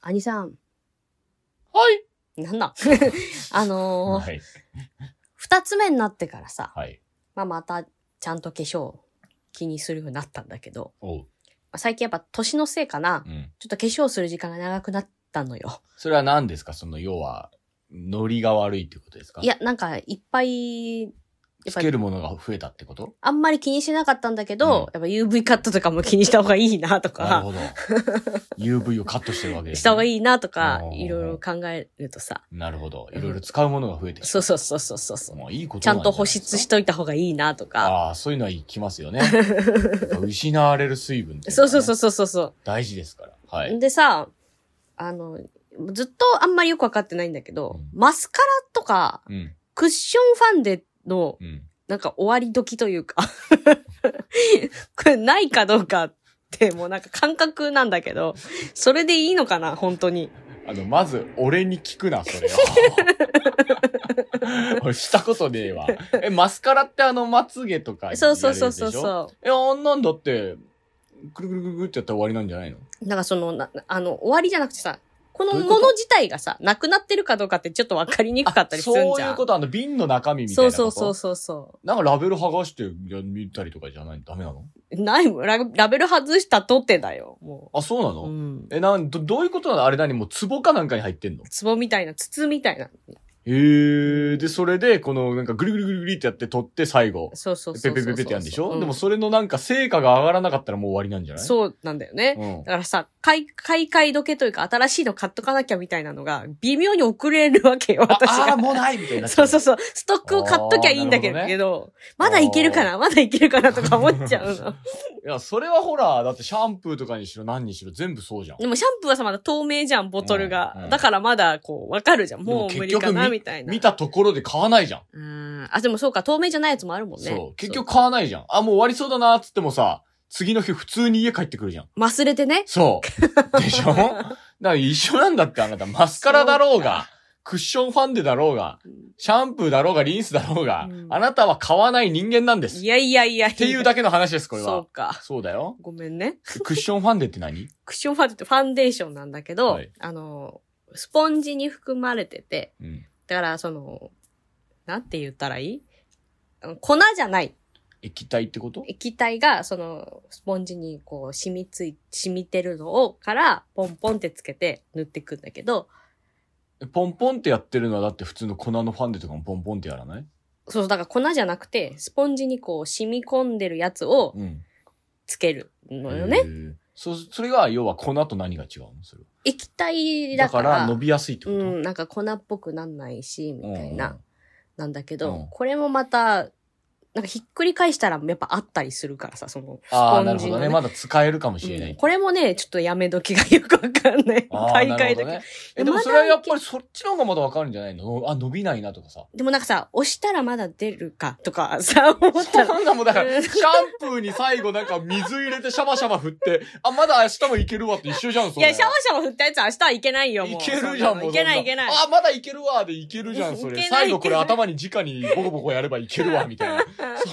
兄さん、はいなん なんあのーはい。二つ目になってからさ、はい。まあ、またちゃんと化粧気にするようになったんだけど、おう。まあ最近やっぱ年のせいかなう、ん。ちょっと化粧する時間が長くなったのよ。それは何ですかその、要は、ノリが悪いってことですかい、や、なんかいっぱい、やっつぱけりるものが増えたっ てことあんまり気にしなかったんだけど、やっぱ UV カットとかも気にした方がいいなとなるか、 ほど。UV をカットしてるわけです、ね。した方がいいなとかう、んいろいろ考えるとさ、なるほど。いろいろ使うものが増えてきた。そうそうそうそうそうそう。まあ、いいことちゃんと保湿しいといた方がいいなとか、ああー、そういうのはきま すよね。やっぱ失われる水分っていのそはうねそうそうそうそうそう。大事ですから。はい。でさ、あの、ずっとあんまりよくわかってないんだけど、うマスカラとか、うん。クッションファンデの、うん。なんか終わり時というか、 これないかどうかって、もうなんか感覚なんだけど、それでいいのかな、本当に。あの、まず、俺に聞くな、それ を。 俺、したことねえわ。え、マスカラってあの、まつげとかやるやつでしそょ。うそうそうそうそえ、あんなんだって、くるくるくるくるってやったら終わりなんじゃないのう。なんかその、なあの、終わりじゃなくてさ、このどういうこもとの自体がさ、なくなってるかどうかってちょっとわかりにくかったりするんじゃん。あそういうこと、あの、瓶の中身みたいそなうこと。そうそうそうそなんかラベル剥がして見たりとかじゃないのダメなのう。ないもんララベル外したとてだよ、もあ、そうなの、う。うん。え、なん、ど、どういうことなのあれ何もう壺かなんかに入ってんの壺みたいな、筒みたいな。へー。で、それで、この、なんかぐりぐりぐりぐりってやって取って最後、そうそうそペうそうそう。ペペペってやるんでしょ、うでもそれのなんか成果が上がらなかったらもう終わりなんじゃないそうなんだよね。うんだ。からさ、買い、買い替え時計というか新しいの買っとかなきゃみたいなのが微妙に遅れるわけよ、あ、私あが。ら、もうないみたいになっちそゃうそうそう。ストックを買っときゃいいんだけあーなるほどど、ねけどまだいけるかなまだいけるかなとか思っちゃうの。いや、それはほら、だってシャンプーとかにしろ何にしろ全部そうじゃん。でもシャンプーはさ、まだ透明じゃん、ボトルが。うんうんだからまだこう、わかるじゃん。もうで無も結理局かなみみたいな。見たところで買わないじゃん。うん。あ、でもそうか、透明じゃないやつもあるもんね。そう。結局買わないじゃん。あ、もう終わりそうだなーっつってもさ、次の日普通に家帰ってくるじゃん。そう。忘れてね。 そう。でしょだから一緒なんだってあなた。マスカラだろうが、クッションファンデだろうが、シャンプーだろうが、リンスだろうが、うんあなたは買わない人間なんです。いやいやいやっていうだだけの話です、これそはう。か。そうだよ。ごめんね。クッションファンデって何クッションファンデってファンデーションなんだけど、はいあの、スポンジに含まれてて、うん。だからその、なんて言ったらいいあの粉じゃない液体ってこと液体がそのスポンジにこう染みつい、染みてるのをからポンポンってつけて塗っていくんだけど、ポンポンってやってるのはだって普通の粉のファンデとかもポンポンってやらないそう、だから粉じゃなくて、スポンジにこう染み込んでるやつをうん。つけるのよへね。ー。そ、それが要は粉と何が違うのそれは液体だだか、からら伸びやすいってこうとん、なんか粉っぽくなんないし、みたいな。うんなんだけど、うんこれもまた、なんかひっくり返したらやっぱあったりするからさ、その、スあポあ、なンるジほのどね、ね。まだ使えるかもしれなうんい。これもね、ちょっとやめ時がよくわかんない。ああ買い替なえるほ時、どね。ええ、でもまだそれはやっぱりそっちの方がまだわかるんじゃないのあ、伸びないな とかさ。でもなんかさ、押したらまだ出るかとかさ、思ったら。そんなもんだかうら、んシャンプーに最後なんか水入れてシャバシャバ振って、あ、まだ明日もいけるわって一緒じゃん、そいれ。や、シャワシャワ振ったやつは明日はいけないよ、も。いうけるじゃん、そなものう。いけないいけない。あ、まだいけるわでいけるじゃん、そいれけな。い最後これいけない頭に直にボコボコやればいけるわ、みたい な。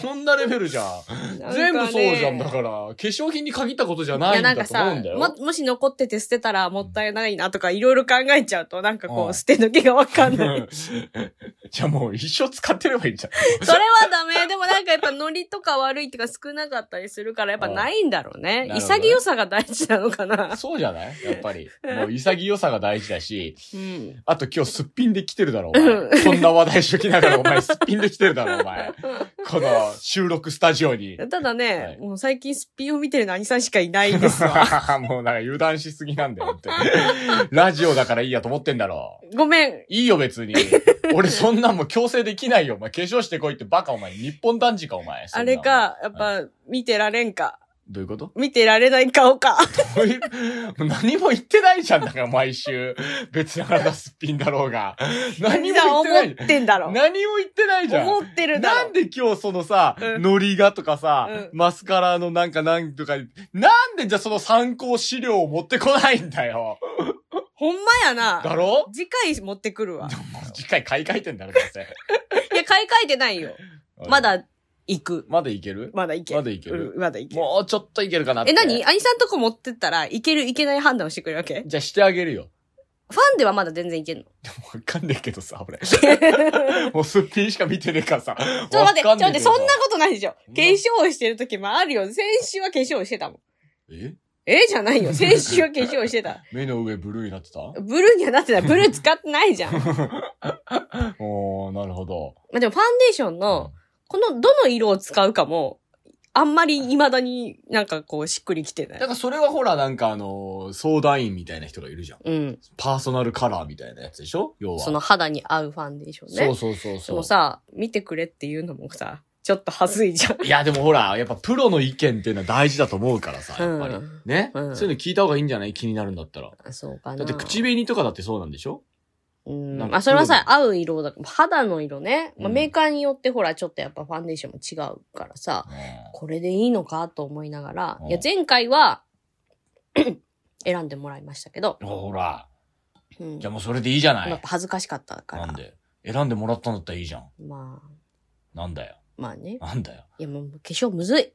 そんなレベルじゃん。なんかね全部そうじゃん。だから、化粧品に限ったことじゃいないやんなだんかと思うさんだよ。も、もし残ってて捨てたらもったいないなとかいろいろ考えちゃうと、なんかこうう、ん捨て抜けがわかんない。 じゃあもう一生使ってればいいじゃん。それはダ メ。でもなんかやっぱノリとか悪いっていうか少なかったりするからやっぱないんだろうね。ああ潔さが大事なのかな。そうじゃないやっぱり。もう潔さが大事だし、うん。あと今日すっぴんで来てるだろ、お前。こんな話題しときながらお前すっぴんで来てるだろ、お前。この収録スタジオに。ただね、はいもう最近すっぴんを見てるの兄さんしかいないんですわ。 もうなんか油断しすぎなんだよって。ラジオだからいいやと思ってんだろ。ごめん。いいよ別に。俺そんなんもう強制できないよ。お前化粧してこいってバカお前。日本男児かお前。そあんなれの。か、やっぱ見てられんか。どういうこと見てられない顔か。どういうもう 何も言ってないじゃん。だから毎週。別にあなたすっぴんだろうが。何兄さもん言ってない思。ってんだろ。何も言ってないじゃん。思ってるだなろん。で今日そのさ、うんノリがとかさ、うマスカラのなんかなんとか、なんでじゃあその参考資料を持ってこないんだよ。ほんまやだな。ろ次回持ってくるわ。次回買い替えてんだろ、どうせ。いや、買い替えてない よ。ま。だ行く。まだいけるまだ行けまだいけるうんまだ行ける。もうちょっといけるかなって。え、何兄さんとこ持ってったらいけるいけない判断をしてくれるわけじゃあしてあげるよ。ファンではまだ全然いけん の。わかんねえけどさ、俺。もうすっぴんしか見てねえからさ。ちょっと待って、ちょわっかと待んねって、えけそどさんなことないでしょ。化粧してる時もあるよ。先週は化粧してたもん。ええじゃないよ。先週は化粧してた。目の上ブルーになってたブルーにはなってない。ブルー使ってないじゃ ん。まおー、なるほど。あでもファンデーションの、この、どの色を使うかも、あんまり未だになんかこう、しっくりきてなだいか。らそれはほら、なんかあのー相談員みたいな人がいるじゃん。うん。パーソナルカラーみたいなやつでしょ要は。その肌に合うファンデーションね。そうそうそうでそうも。さ、見てくれっていうのもさ、ちょっと恥ずいじゃん。いや、でもほら、やっぱプロの意見っていうのは大事だと思うからさ、やっぱり。うんね、うんそういうの聞いた方がいいんじゃない気になるんだったら。あそうかな。だって口紅とかだってそうなんでしょうんなん。かまあ、それはさ、合う色だ。肌の色ね。まあ、うんメーカーによってほら、ちょっとやっぱファンデーションも違うからさ、これでいいのかと思いながら、うんいや、前回は、 選んでもらいましたけど、ほら。うん。じゃあもうそれでいいじゃなやっいぱ。恥ずかしかったから。なんで選んでもらったんだったらいいじゃん。まあ、なんだよ。まあね。なんだよ。いや、もう化粧むずい。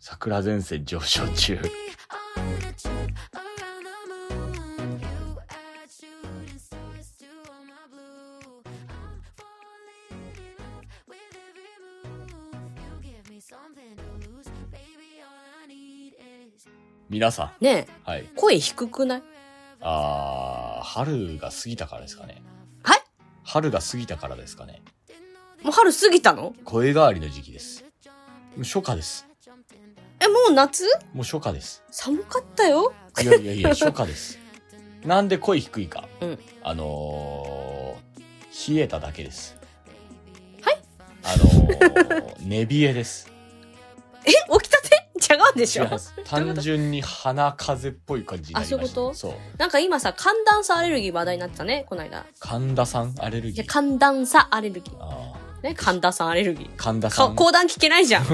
桜前線上昇中。 Something to lose, baby. All I need is 皆さん。ねえ、はい。声低くないあー、春が過ぎたからですかね。はい春が過ぎたからですかね。もう春過ぎたの声変わりの時期です。もう初夏です。え、もう夏もう初夏です。寒かったよ。いやいやい や、初夏です。なんで声低いか。うんあのー、冷えただけです。はいあのー、寝冷えです。え、起きたて違うでし違いょます。単純に鼻風邪っぽい感じになりましあそた、ういうことそう。なんか今さ、寒暖差アレルギー話題になってたね、この間。神田さんアレルいギや、ー。寒暖差アレルギー。あね、寒暖差アレルギーー。神田さかん。講談聞けない じゃん。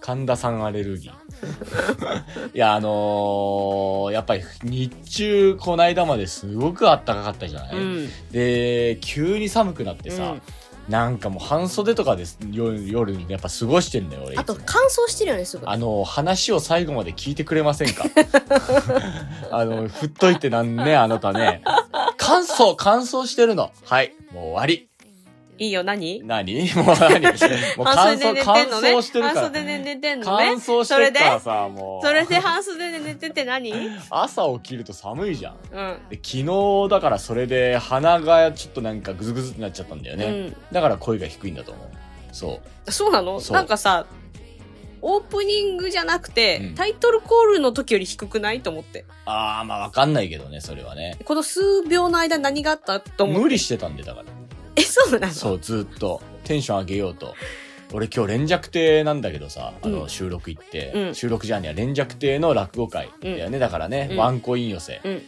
神田さんアレルギー。いや、あのーやっぱり日中、この間まですごく暖かかったじゃない、うん。で、急に寒くなってうさん、なんかもう半袖とかです夜、夜にやっぱ過ごしてんだよ、俺。あと、いつも乾燥してるよね、すぐ。あのー話を最後まで聞いてくれません かあの、振っといてなんね、あなたね。乾燥、乾燥してるの。はい、もう終わり。いいよ、何何もう何もう乾半袖燥、で乾寝てんのね。燥してるか半ら。袖で寝てんの乾ね。燥してるからさ、もう。それで半袖で寝てて何うん。朝起きると寒いじゃん。で昨日だからそれで鼻がちょっとなんかグズグズってなっちゃったんだよね、うんだから声が低いんだと思うそそうなのそうなんかさ、オープニングじゃなくて、うんタイトルコールの時より低くないと思って。うああまあわかんないけどねそれはねこの数秒の間に何があったと思う。無理してたんでだかえ、そうなのらそうずっとテンション上げようと俺今日連弱亭なんだけどさあうのん収録行って、うん収録じゃんには連弱亭の落語会だよね、だからね、うんワンコイン寄せ、うん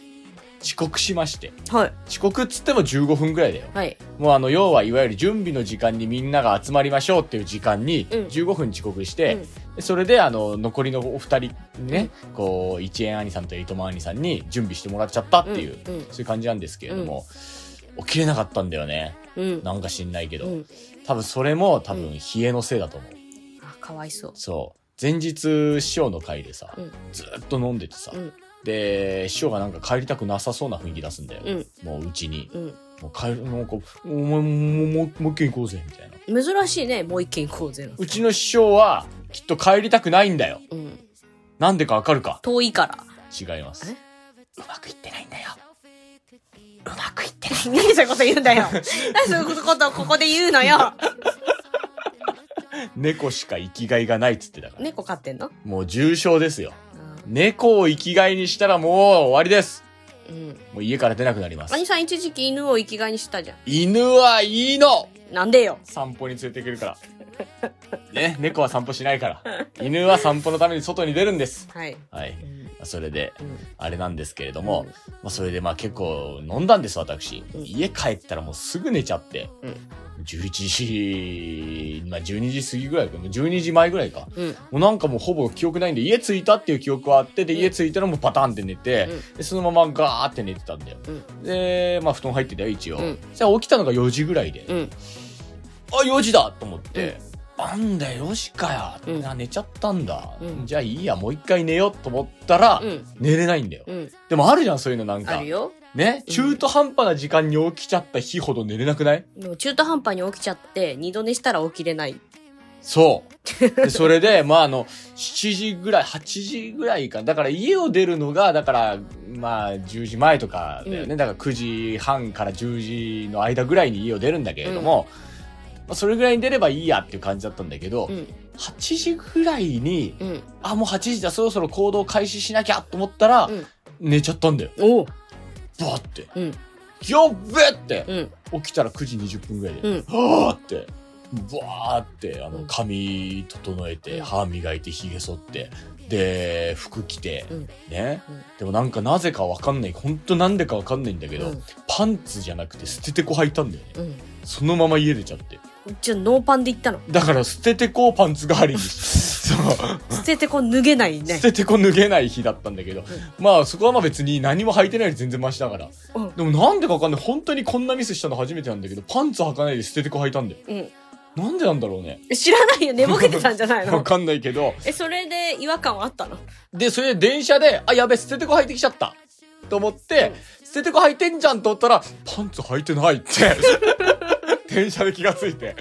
遅刻しましてはい。遅刻っつっても15分ぐらいだよはい。もうあの要はいわゆる準備の時間にみんなが集まりましょうっていう時間にうん15分遅刻しうて、ん。それで、あの、残りのお二人にね、こう、一円兄さんといとま兄さんに準備してもらっちゃったっていう、うんうんそういう感じなんですけれども、起きれなかったんだよね。うん。なんか知んないけど。うん多分それも、多うん分冷えのせいだと思う。あ、かわいそう。そう。前日、師匠の会でさ、うんずーっと飲んでてさ、うんで、師匠がなんか帰りたくなさそうな雰囲気出すんだよ。うん。もううちに。うん。もう帰る、なんか、お前もう、もう、もう一軒行こうぜ、みたいな。珍しいね、もう一軒行こうぜ。うちの師匠は、きっと帰りたくないんだよ。うん。なんでかわかるか遠いから。違いますえうまくいってないんだようまくいって何そういうこと言うん だよ。何そういうことをここで言うのよ。猫しか生きがいがないっつってだか ら、猫飼ってんのもう重症ですよ猫を生きがいにしたらもう終わりですうん。もう家から出なくなります兄さん一時期犬を生きがいにしてたじゃ犬はいいのん。なんでよ。散歩に連れてくるからね猫は散歩しないから犬は散歩のために外に出るんですはい。はいうんそれでうんあれなんですけれども、まあ、それでまあ結構飲んだんです私、うん家帰ったらもうすぐ寝ちゃって、う11時まあ12時過ぎぐらいかもう12時前ぐらいかうん。もうなんかもうほぼ記憶ないんで家着いたっていう記憶はあってでうん家着いたらもうパタンって寝て、でそのままガーって寝てたんだよ、うんでまあ布団入ってたよ一応、うんじゃあ起きたのが4時ぐらいで、うん。あ4時だと思って、なんだよしかや、うんあ寝ちゃったんだ、うんじゃあいいやもう一回寝ようと思ったら、うん。寝れないんだようん。でもあるじゃんそういうのなんあかるよ。ねうん中途半端な時間に起きちゃった日ほど寝れなくないでも中途半端に起きちゃって、二度寝したら起きれない。そ う。でそれで、まあ、あの、7時ぐらい、8時ぐらいかな。だから家を出るのが、だから、まあ、10時前とかだよね。だから9時半から10時の間ぐらいに家を出るんだけれども、まあそれぐらいに出ればいいやっていう感じだったんだけど、うん。 8時ぐらいに、うん。あ、もう8時だ、そろそろ行動開始しなきゃと思ったら、うん寝ちゃったんだよ。おう。バーって。うん。やっべって、うん。起きたら9時20分ぐらいで、うん。はあって、ブワーって、あうの、ん髪整えて、うん歯磨いて、髭剃って、で、服着て、うんねうん。でもなんかなぜかわかんない、ほんとなんでかわかんないんだけど、うんパンツじゃなくて捨ててこ履いたんだよね。うん。そのまま家出ちゃって。じゃあ、ノーパンで行ったの。だから捨ててこパンツ代わり に、そう、捨ててこう脱げないね捨。ててこ脱げない日だったんだけど、まあそこはまあ別に何も履いてないより全然マシだから。うん。でもなんでかわかんない、本当にこんなミスしたの初めてなんだけど、パンツ履かないで捨ててこ履いたんだよ。うん。なんでなんだろうね。知らないよ。寝ぼけてたんじゃないわのかんないけど。え、それで違和感はあったので、それで電車で、あ、やべ、捨ててこ履いてきちゃった。と思って、捨ててこ履いてんじゃんと思ったら、パンツ履いてな いって。電車で気がついて。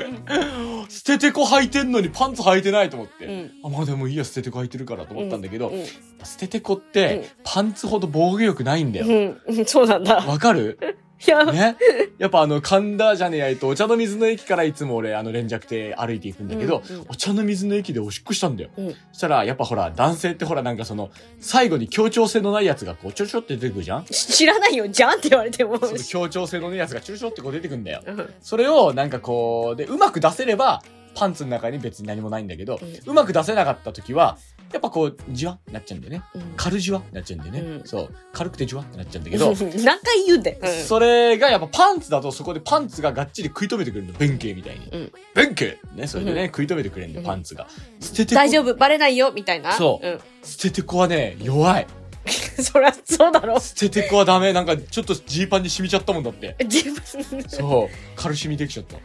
捨ててこ履いてんのにパンツ履いてないと思って。うんあ、まあでもいいや、捨ててこ履いてるからと思ったんだけど、うん。捨ててこって、うんパンツほど防御力ないんだうよ。んうん。 そうなんだ。わかるいや、ね。やっぱあの、神田じゃねえや、えっと、お茶の水の駅からいつも俺、あの、連弱亭歩いていくんだけど、うんうんお茶の水の駅でおしっこしたんだよ。うんそしたら、やっぱほら、男性ってほら、なんかその、最後に協調性のないやつがこう、ちょちょって出てくるじゃん知らないよ。じゃんって言われても。その協調性のないやつがちょちょってこう出てくんだよ。うんそれを、なんかこう、で、うまく出せれば、パンツの中に別に何もないんだけど、うんうまく出せなかった時は、やっぱこう、じわってなっちゃうんだよね。うん軽じわってなっちゃうんだよね。うんそう。軽くてじわってなっちゃうんだけど、 何回言うんだよ。それがやっぱパンツだとそこでパンツががっちり食い止めてくれるの弁慶みたいにうん弁慶ねそれでねうん食い止めてくれるんでパンツが捨ててこ大丈夫、バレないよ、みたいな。そううん。 捨ててこはね弱いそりゃそうだろ。捨ててこはダメなんかちょっとジーパンに染みちゃったもんだって自分。そう軽染みできちゃった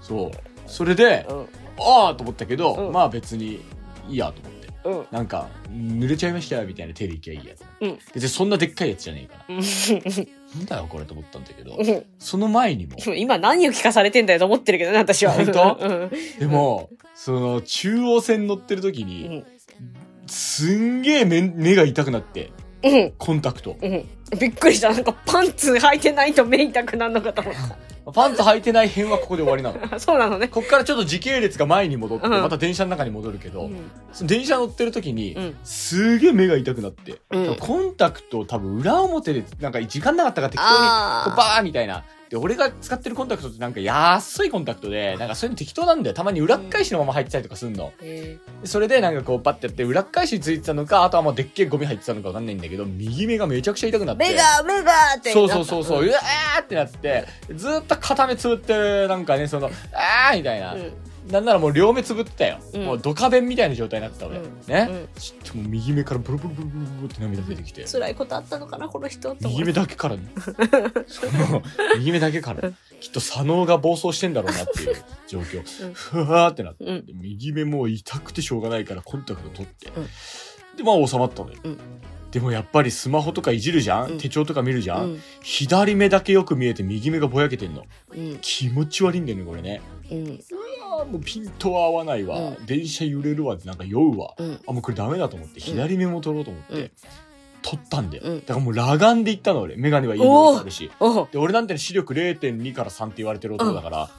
そうそれでうん。ああと思ったけど、うんまあ別にいいやと思ってうん。なんか濡れちゃいましたよみたいな手でいきゃいいやと思っうて、ん別にそんなでっかいやつじゃねえからなんだよこれと思ったんだけどその前にもうん今何を聞かされてんだよと思ってるけどね、私は。本当うんでも、その中央線乗ってる時うに、ん。すんげえ目目が痛くなって、うん。コンタクト。うん。びっくりした。なんかパンツ履いてないと目痛くなるのかと思っパンツ履いてない辺はここで終わりなの。た。 そうなのね。こっからちょっと時系列が前に戻って、うんまた電車の中に戻るけど、うんその電車乗ってる時に、うんすげえ目が痛くなって、うんコンタクトを多分裏表で、なんか時間なかったから適当に、あーこうバーみたいな。で、俺が使ってるコンタクトってなんか安いコンタクトで、なんかそういうの適当なんだよ。たまに裏っ返しのまま入ってたりとかすんの。えそれでなんかこうパッてやって裏っ返しについてたのかあとはもうでっけえゴミ入ってたのかわかんないんだけど右目がめちゃくちゃ痛くーなって目が、目がってなそっうた。そうそうそう、うわーってなってずーっと片目つぶってるなんかねそのあーみたいな、うん。なんならもう両目つぶってたよ、うんもうドカ弁みたいな状態になってた俺、うんね、うんちょっともう右目からブルブルブルブルブルって涙出てきて辛いことあったのかな、この人と思右っ目て。だけからねその右目だけからきっと左脳が暴走してんだろうなっていう状況、うんふわーってなってうん。で右目もう痛くてしょうがないからコンタクト取って、うんでまあ収まったのよ、うんでもやっぱりスマホとかいじるじゃん、うん手帳とか見るじゃん、うん左目だけよく見えて右目がぼやけてんのうん。気持ち悪いんだよねこれねうん。あーもうピントは合わないわ、う電車揺れるわってなんか酔うわうん。あもうこれダメだと思って左目も取ろうと思って、うん取ったんだよ、うんだからもう裸眼で行ったの俺眼鏡はいいのにあるしおうで俺なんて視力0.2から3って言われてる男だから、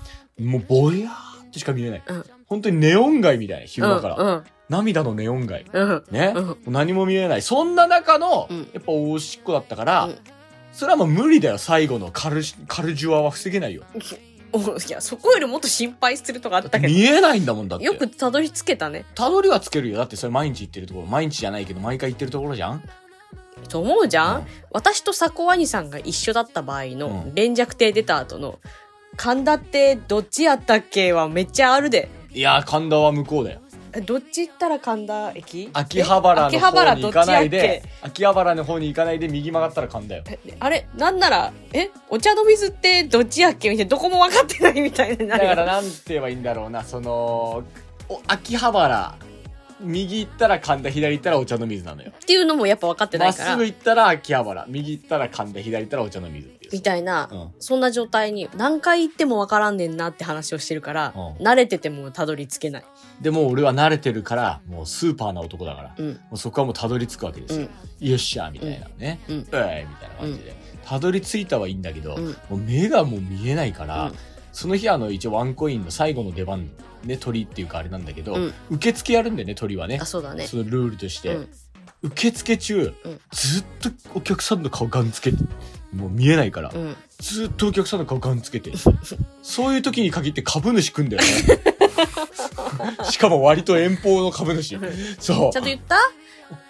もうぼやーっとしか見れない、うん本当にネオン街みたいな昼間から、うん。涙のネオン街うん。うんね、うんもう何も見えないそんな中の、うんやっぱおしっこだったから、うんそれはもう無理だよ最後のカルシカルジュアは防げないよおういや、そこよりもっと心配するとかあったけ見えないんだもんだっど。てよくたどり着けたね。たどりはつけるよだってそれ毎日行ってるところ毎日じゃないけど毎回行ってるところじゃんと思うじゃん、うん私と佐古兄さんが一緒だった場合の、うん連弱亭出た後の、神田ってどっちやったっけはめっちゃあるで。いやー神田は向こうだよえどっち行ったら神田駅秋葉原えの秋葉方原にど行っちやっけかないで秋葉原の方に行かないで右曲がったら神田よえあれなんなら、えお茶の水ってどっちやっけみたいな、どこも分かってないみたいになだるかよ。らなんて言えばいいんだろうなそのお秋葉原右行ったら神田左行ったらお茶の水なのよっていうのもやっぱ分かってなまっいかすらぐ、行ったら秋葉原右行ったら神田左行ったらお茶の水っていみうたいな、うんそんな状態に何回行っても分からんねんなって話をしてるから、うん慣れててもたどり着けない。でもう俺は慣れてるからもうスーパーな男だから、うもん。うそこはもうたどり着くわけですよ、よっしゃーみたいなね、うんうえーみたいな感じで、たどり着いたはいいんだけど、うんもう目がもう見えないから、うんその日あの一応ワンコインの最後の出番ね鳥っていうかあれなんだけど、うん受付やるんだよね鳥はねあ、そうだね。そのルールとして、うん受付中、うんずっとお客さんの顔ガンつけてもう見えないから、うん。ずっとお客さんの顔ガンつけてそういう時に限って株主組んだ よねしかも割と遠方の株主そうちゃんと言った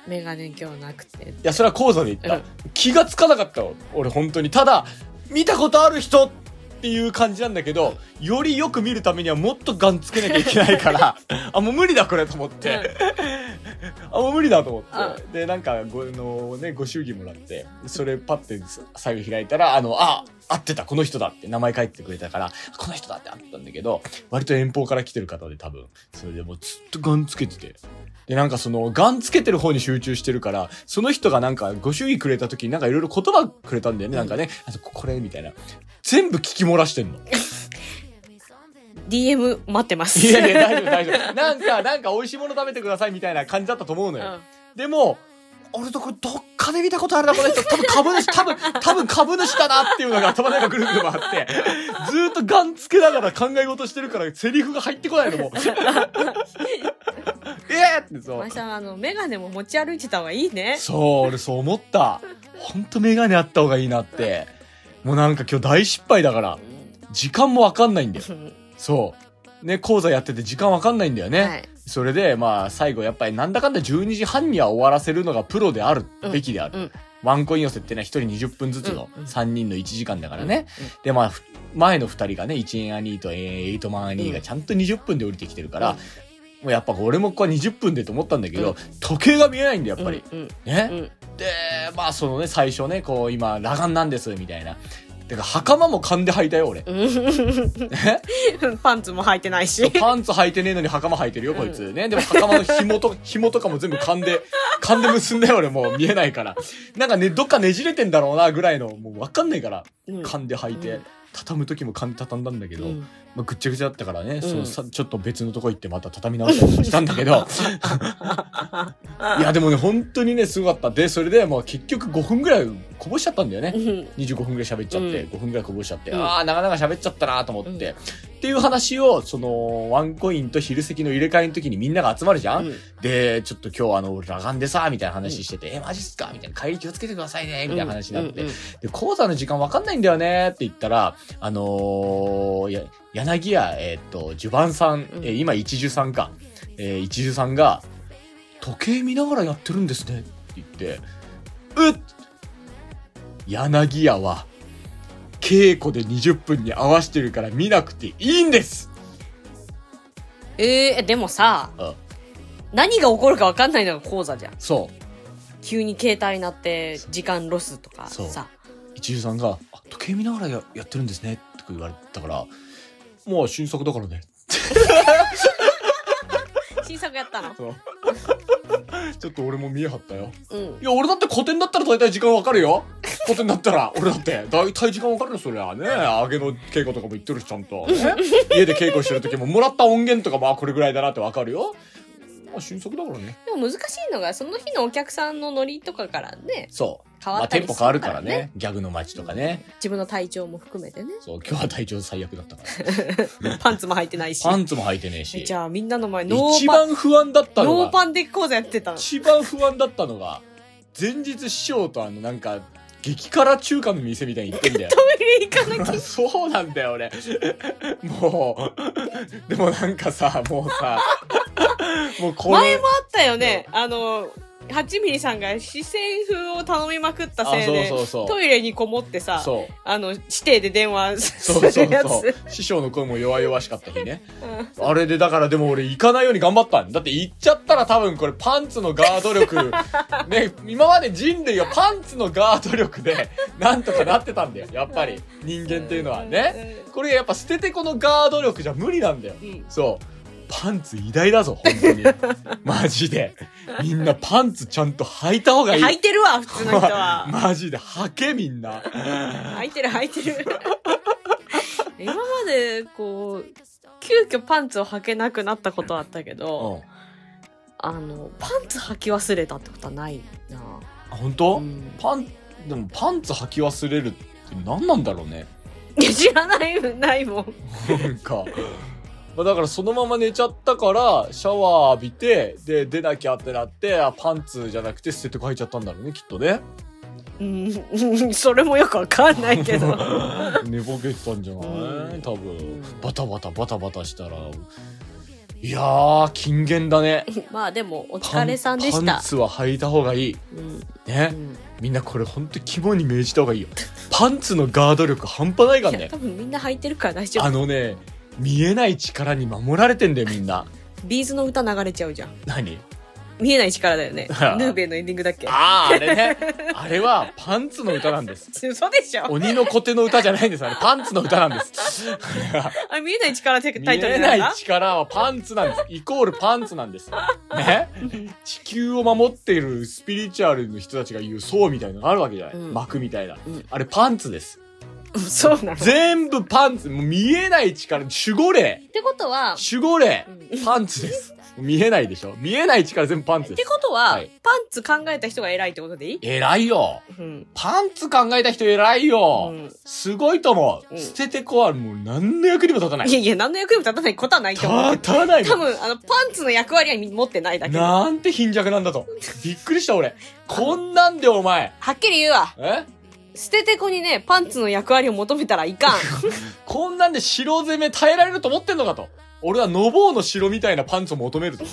メガネ今日なくて。いや、それは講座で言った。うん気がつかなかったわ俺、本当に。ただ、見たことある人っていう感じなんだけど、よりよく見るためにはもっとガンつけなきゃいけないから、あ、もう無理だ、これ、と思って。あ、もう無理だ、と思って。で、なんか、ご、あのね、ご祝儀もらって、それパッて最後開いたら、あの、あ、合ってた、この人だって名前書いてくれたから、この人だってあったんだけど、割と遠方から来てる方で多分、それでもうずっとガンつけてて。で、なんかその、ガンつけてる方に集中してるから、その人がなんか、ご祝儀くれた時になんかいろいろ言葉くれたんだよね。なんかね、あと、これ、みたいな。全部聞き漏らしてんの。い DM 待ってます。やい や、大丈夫、大丈夫。なんか、なんか美味しいもの食べてくださいみたいな感じだったと思うのよ。でも、俺とこれどっかで見たことあるな、この人。多分株主、多分、多分株主だなっていうのが頭の中ぐるぐる回って、ずーっとガンつけながら考え事してるから、セリフが入ってこないのもう。 えーってうそん。うま。さん、あの、メガネも持ち歩いてた方がいい ね。そう、俺そう思った。ほんとメガネあった方がいいなって。もうなんか今日大失敗だから、時間もわかんないんだよ。うんそう。ね、講座やってて時間わかんないんだよね。はいそれで、まあ、最後やっぱりなんだかんだ12時半には終わらせるのがプロであるうんべきである。うんワンコイン寄せってね、1人20分ずつのうんうん3人の1時間だからね。うんうんで、まあ、ふ前の2人がね、1円アニーと8マンアニーがちゃんと20分で降りてきてるから、うんもうやっぱ俺もここは20分でと思ったんだけど、うん時計が見えないんだよ、やっぱり。うんねう。ん。でまあそのね最初ねこう今裸眼なんですみたいなてか袴も勘で履いたよ俺うん。 パンツも履いてないし。パンツ履いてねえのに袴履いてるよこいつねでも袴の紐と 紐とかも全部勘で 勘で結んだよ俺もう見えないからなんかねどっかねじれてんだろうなぐらいのもう分かんないからうん勘で履いて、うん畳む時も勘で畳んだんだけど、うんまあ、ぐっちゃぐちゃだったからね、そうのんさちょっと別のとこ行ってまた畳み直したりもしたんだけど いやでもね本当にねすごかったでそれでもう結局5分ぐらいこぼしちゃったんだよねうん25分ぐらい喋っちゃうんって、5分ぐらいこぼしちゃって、うんああ、なかなか喋っちゃったなと思うって、んっていう話を、その、ワンコインと昼席の入れ替えの時にみんなが集まるじゃん、うんで、ちょっと今日あの、裸眼でさ、みたいな話してて、え、マジっすかみたいな、帰り気をつけてくださいね、みたいな話になって、うんうんで、講座の時間わかんないんだよねって言ったら、あのーや、柳家、えーっと、襦袢さん、えー今一樹さんか、えー一樹さんが、時計見ながらやってるんですねって言って、うっ柳家は、稽古で20分に合わしてるから見なくていいんですえー、でもさ、あ何が起こるか分かんないのが講座じゃん。そう。急に携帯になって、時間ロスとかそうさ。一流さんがあ「時計見ながらややってるんですね」とか言われたから「もう新作だからね新作やったの」 ちょっと俺も見えはったようんい。や俺だって古典だったら大体時間わかるよ古典だったら俺だって大体時間わかるよそりゃね揚げの稽古とかも言ってるしちゃんと、ね、家で稽古してる時ももらった音源とかまあこれぐらいだなってわかるよまあ新作だからねでも難しいのが、その日のお客さんのノリとかからね、そう変わまあったテンりポす変わるるかかららね。ねギャグの街とかね自分の体調も含めてね。そう今日は体調最悪だったからパンツも履いてないし。パンツも履いてねえしじゃあみんなの前、ノ一ーパン、番不安だったのがノーパンで講座やってたの。一番不安だったのが前日師匠とあのなんか激辛中華の店みたいに行ってんだよトイレ行かなきゃ。 そうなんだよ俺もうでもなんかさもうさもうこれ前もあったよね。あの、8ミリさんが四川風を頼みまくったせいあでそうそうそうトイレにこもってさ、そうあの、指定で電話すそうそうるやつ。そう師匠の声も弱々しかった日ねうんあれでだからでも俺行かないように頑張ったんだって行っちゃったら多分これパンツのガード 力ね今まで人類はパンツのガード力で なんとかなってたんだよやっぱり人間っていうのはねこれやっぱ捨ててこのガード力じゃ無理なんだようんそうパンツ偉大だぞ、本 当に。マジで。みんなパンツちゃんと履いた方がいい。履いてるわ、普通の人は。 マジで、履けみん な。履いてる、履いてる。 今まで、こう、急遽パンツを履けなくなったことはあったけうど、ん。あの、パンツ履き忘れたってことはないな。あ本当、うんパンでもパンツ履き忘れるって何なんだろうねいや、知らない、ないもん。なんかまあだからそのまま寝ちゃったからシャワー浴びてで出なきゃってなってあパンツじゃなくて捨てて書いちゃったんだろうねきっと ねうんうん、それもよくわかんないけど。 寝ぼけてたんじゃない、うん多分んバタバタバタバタしたらいやー金言だねまあでも、お疲れさんでしパンた。ツは履いた方がいいうんね、うんみんなこれほんと肝に銘じた方がいいよパンツのガード力半端ないかいらや、ね多分みんな履いてるから大丈あ夫。のね、見えない力に守られてんだよ、みんな。ビーズの歌流れちゃうじゃん。何。見えない力だよねヌーベイのエンディングだっけああ、あれね。 あれは、パンツの歌なんです。嘘でしょ鬼の小手の歌じゃないんです。あれ、パンツの歌なんです。あれ見えない力って見タイトルえじゃなないいな力はパンツなんです。イコールパンツなんです。ね地球を守っているスピリチュアルの人たちが言う層みたいなのがあるわけじゃない、うん幕みたいなうん。あれ、パンツです。そうなの。っ全部パンツ。もう見えない力、守護霊。てことは、っ守護霊う。パンツです。見えないでしょ見えない力全部パンツですて。ことは、はいパンツ考えた人が偉いってことでいい偉いよ。うん。パンツ考えた人偉いよ。うんすごいと思う。うん捨ててこはもう何の役にも立たない。いやいや、何の役にも立たないことはないと思う立けたないど。多もん。分、あの、パンツの役割は持ってないだけで。はなんて貧弱なんだと。びっくりした俺。こんなんでお前。っきり言うわ。え捨ててこにね、パンツの役割を求めたらいかん。こんなんで白攻め耐えられると思ってんのかと。俺はノボーの城みたいなパンツを求めると。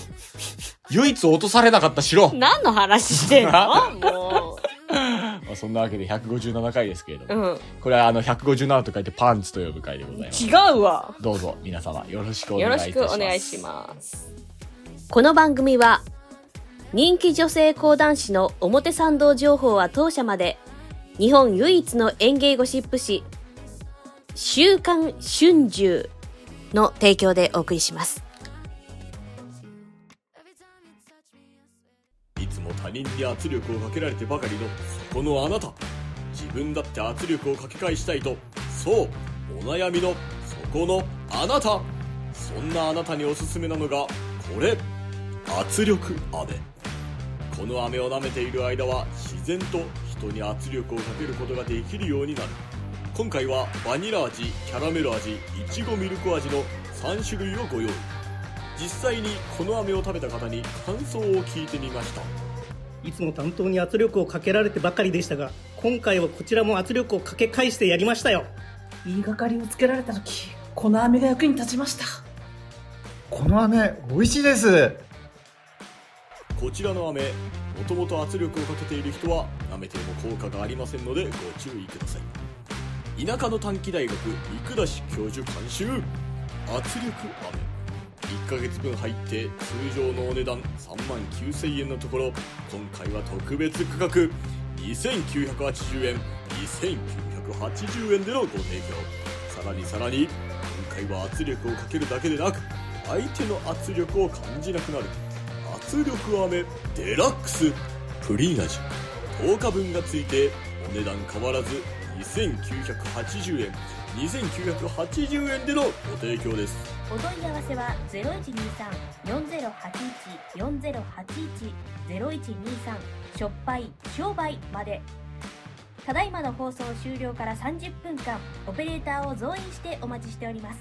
唯一落とされなかった城。何の話してんのもまあそんなわけで157回ですけれどう。も。うん。これはあの157と書いてパンツと呼ぶ回でございます。違うわ。どうぞ皆様よろしくおよ願いろしいたしくまおす。願いします。この番組は、人気女性講談師の表参道情報は当社まで、日本唯一の演芸ゴシップ誌、週刊春秋の提供でお送りします。いつも他人に圧力をかけられてばかりのそこのあなた自分だって圧力をかけ返したいとそうお悩みのそこのあなたそんなあなたにおすすめなのがこれ圧力飴この飴を舐めている間は自然と人に圧力をかけることができるようになる今回はバニラ味キャラメル味いちごミルク味の3種類をご用意実際にこの飴を食べた方に感想を聞いてみましたいつも担当に圧力をかけられてばかりでしたが、今回はこちらも圧力をかけ返してやりましたよ。言いがかりをつけられた時この飴が役に立ちましたこの飴美味しいですこちらの飴もともと圧力をかけている人は舐めても効果がありませんのでご注意ください田舎の短期大学三倉市教授監修圧力飴1ヶ月分入って通常のお値段3万9000円のところ今回は特別価格2980円2980円でのご提供さらにさらに今回は圧力をかけるだけでなく相手の圧力を感じなくなる圧力飴デラックスプリーナジ10日分がついてお値段変わらず2980円2980円でのご提供ですお問い合わせは0123-4081-4081-0123しょっぱい商売までただいまの放送終了から30分間オペレーターを増員してお待ちしております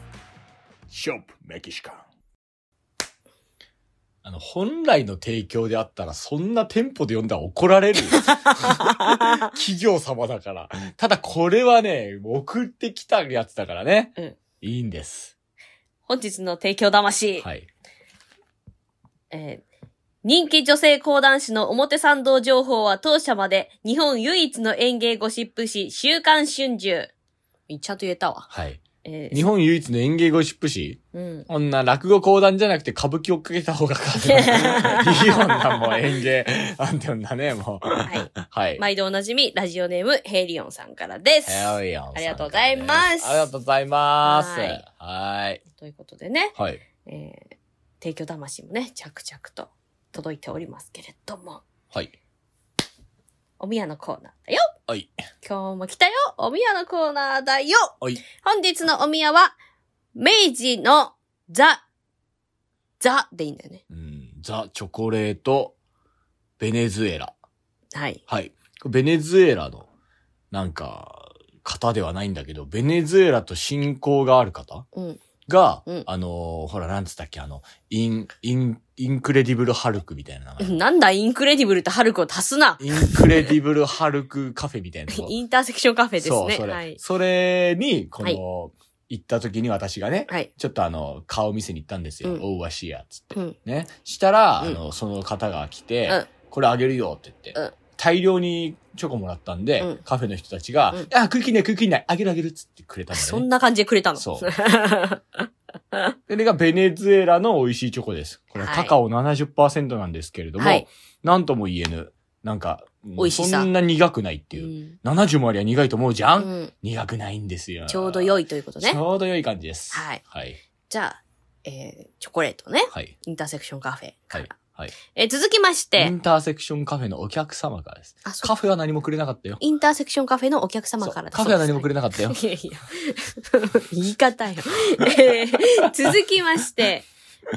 ショップメキシカンあの本来の提供であったらそんな店舗で呼んだら怒ら れるよ企業様だからただこれはね送ってきたやつだからね、うんいいんです本日の提供魂、はいえー人気女性講談師の表参道情報は当社まで、日本唯一の演芸ゴシップ誌、週刊春秋。ちゃんと言えたわ。はいえー日本唯一の演芸ゴシップ誌うん。こんな落語講談じゃなくて歌舞伎をかけた方が勝てる。いいよんな、もう演芸。なんていうんだね、もう。はい。はい。毎度おなじみ、ラジオネーム、ヘイリオンさんからです。ヘリオンさんありがとうございますありがとうございます。はいはい。ということでね、はい。えー提供魂もね、着々と届いておりますけれども、はい。おみやのコーナーだよはい。今日も来たよおみやのコーナーだよはい。本日のおみやは、明治のザ、ザでいいんだよね。うん、ザ・チョコレート・ベネズエラ。はい。はい。ベネズエラの、なんか、方ではないんだけど、ベネズエラと親交がある方うん。が、うんあのーほら、なんつったっけ、あの、イン、イン、インクレディブル・ハルクみたいな名前。なんだ、インクレディブルとハルクを足すなインクレディブル・ハルクカフェみたいなと こインターセクションカフェですね。そう、それ。はい。それに、この、行った時に私がね、はい。ちょっとあの、顔見せに行ったんですよ。うんおうわしや、つって。うん。ね。したら、うんあの、その方が来て、うんこれあげるよって言って、うん大量にチョコもらったんで、うんカフェの人たちが、うんあ、空気ない空気ない、あげるあげるっつってくれたのね。そんな感じでくれたの。そう それがベネズエラの美味しいチョコです。これはいカカオ70%なんですけれども、はいなんとも言えぬ、なんか、うん美味しさそんな苦くないっていう。ん70もありゃ苦いと思うじゃ、うんん。苦くないんですよ。ちょうど良いということちね。ょうど良い感じです。はいはい。じゃあ、えー、チョコレートね。はい。インターセクションカフェかはら。い。はい。えー続きましイてン、ターセクションカフェのお客様からです。あ、そうカフェは何もくれなかったよ。インターセクションカフェのお客様からそうカフェは何もれくれなかったよ。いやいや。言い方よ。えー続きまして、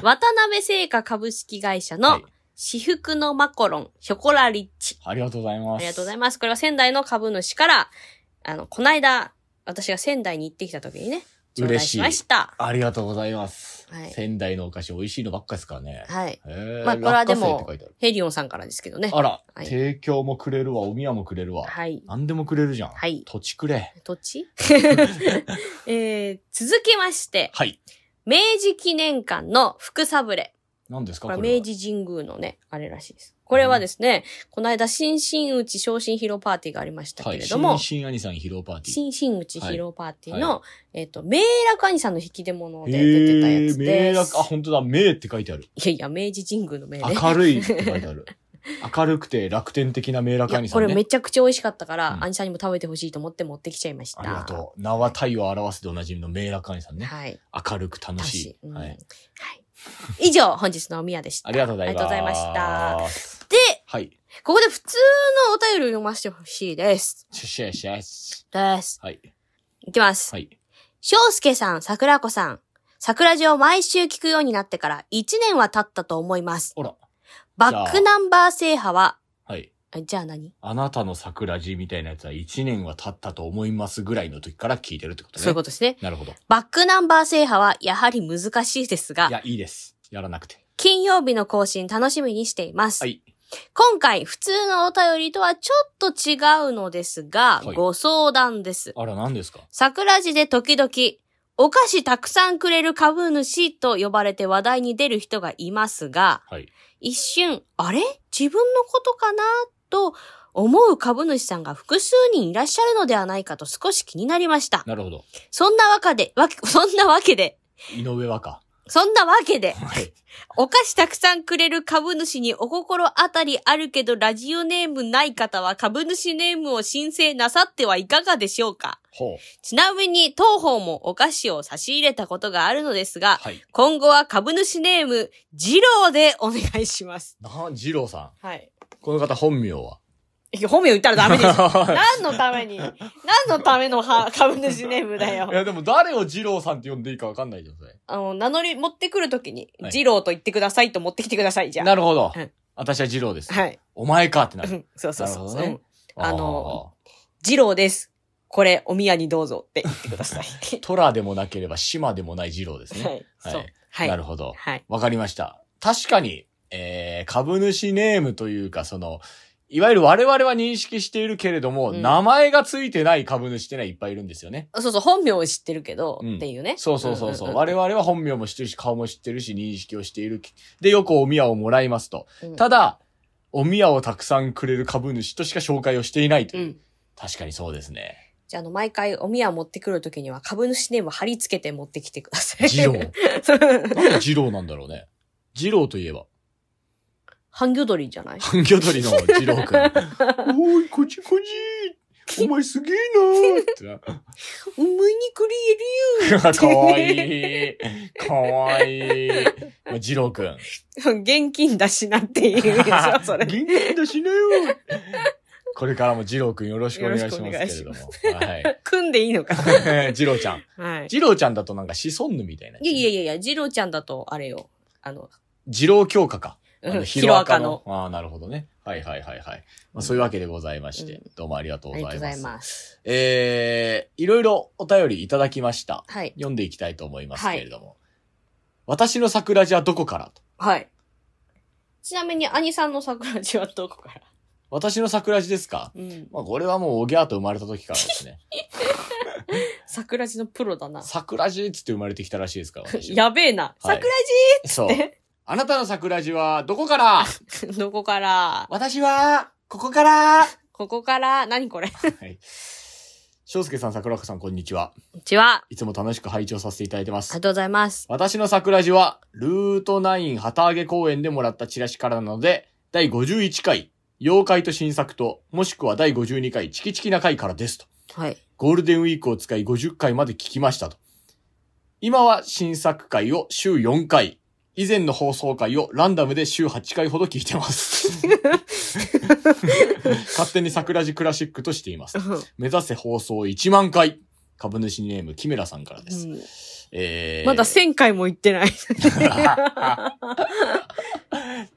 渡辺製菓株式会社はのい至福のマコロン、ショコラリッチ。ありがとうございあます。りがとうございまます。これは仙台の株主から、あの、こないだ、私が仙台に行ってきた時にね、頂戴嬉しいしました。す。ありがとうございます。はい仙台のお菓子美味しいのばっかですからね。はい。へーまあこれはで落も花生って書いてあるヘリオンさんからですけどね。あら、はい提供もくれるわ、お宮もくれるわ。はい。何でもくれるじゃん。はい土地くれ。土地 えー、続きまして、はい。明治記念館の福サブレ。何ですかこれこはれは明治神宮のね、あれらしいです。これはですね、この間、新進内昇進披露パーティーがありましたけはい。れども、新新兄さん披露パーティー。新進内披露パーティーの、はえっ、と、明楽兄さんの引き出物で出てたやつへーで明す。楽、あ、本当だ、明って書いてある。いやいや、明治神宮の明ね。明るいって書いてある。明るくて楽天的な明い楽や兄さこんれね。めちゃくちゃ美味しかったから、うん兄さんにも食べてほしいと思って持ってきちゃいました。ありがとう。名は体を表すでおなじみの明楽兄さんね。はい。明るく楽楽ししい。い。うんははいい。以上、本日のおみやでした。ありがとうございます。ありがとうございました。した。で、はい。ここで普通のお便りを読ませてほしいです。シェシェシェスです。はい。いきます。はい。翔介さん、桜子さん。桜城を毎週聞くようになってから1年は経ったと思います。ほら。バックナンバー制覇は、はい。あじゃあ何あなたの桜地みたいなやつは1年は経ったと思いますぐらいの時から聞いてるってことね。そういうことですね。なるほど。バックナンバー制覇はやはり難しいですいが、や、いいです。やらなくて。金曜日の更新楽しみにしています。はい。今回、普通のお便りとはちょっと違うのですが、はいご相談です。あら、何ですか桜地で時々、お菓子たくさんくれる株主と呼ばれて話題に出る人がいますが、はい。一瞬、あれ自分のことかなと思う株主さんが複数人いらっしゃるのではないかと少し気になりました。なるほど。そんなわけで、わけ、 そんなわけで、井上和歌。そんなわけで、はい。お菓子たくさんくれる株主にお心当たりあるけどラジオネームない方は株主ネームを申請なさってはいかがでしょうかほう。ちなみに当方もお菓子を差し入れたことがあるのですが、はい。今後は株主ネーム、二郎でお願いします。な、二郎さはい。ん。この方本名はいや本名言ったらダメで しょ。い何のために、何のためのは株主ネームだよ。や、でも誰を二郎さんって呼んでいいかわかんないじゃん、それ。あの、名乗り持ってくるときに、はい二郎と言ってくださいと持ってきてください、じゃあ。なるほどうん。私は二郎です。はい。お前かってなうる。ん そうそうそう。なるほどねうんあのあ二郎です。これ、お宮にどうぞって言ってください。ー、虎でもなければ島でもない二郎ですね。はい。そう。はい。なるほど。はい。わかりました。確かに、えー、株主ネームというか、その、いわゆる我々は認識しているけれども、うん名前がついてない株主ってのはいっぱいいるんですよね。そうそう、本名を知ってるけど、うんっていうね。そうそうそうそう。んんん我々は本名も知ってるし、顔も知ってるし、認識をしている。で、よくお宮をもらいますと。うんただ、お宮をたくさんくれる株主としか紹介をしていないという。うん確かにそうですね。じゃあ、あの、毎回お宮持ってくるときには株主ネーム貼り付けて持ってきてください。 二郎。なんで二郎なんだろうね。二郎といえば。半魚鳥じゃない 半魚鳥の二郎くん。おーい、こじこじお前すげえなーってな。お前にこれ かわいい。かわいい。まあ、ジローくん。やるよ 現金だしなっていうでし ょ、それ。元気出しなよ。これからもジローくんよろしくお願いしますけれども。は組んでいいのか。い。ジローちゃん。はい。ジローちゃんだとなんかシソンヌみたいな。 いやいやいやいや、ジローちゃんだと、あれよ。あの、ジロー強化か。あうんのヒロアカの。。ああ、なるほどね。はいはいはいはい。まあ、そういうわけでございまして、どうもありがとうあござりいがまとうす。ございます。えー、いろいろお便りいただきました。はい。読んでいきたいと思いますけれども。私の桜地はどこからとはい。ちなみに、兄さんの桜地はどこから私の桜地ですかうん。まあ、これはもうおぎゃーと生まれた時からで すね。桜地のプロだな。桜地っつって生まれてきたらしいですから、私はやべえな。はい桜そう。あなたの桜地はどこから地 どこから私は、ここからはここから何これこんい。翔介さん、桜子さん、こんにちは。にちは。いつも楽しく拝聴させていただいてまありがす。とうございます。私の桜地は、ルート9旗揚げ公演でもらったチラシからなので、第51回、妖怪と新作と、もしくは第52回、チキチキな回からですと。はい。ゴールデンウィークを使い50回まで聞きましたと。今は新作回を週4回、以前の放送回をランダムで週8回ほど聞いてます。 勝手に桜地クラシックとしています。目指せ放送1万回。株主ネーム、キメラさんからです。うんえー、まだ1000回も行ってない。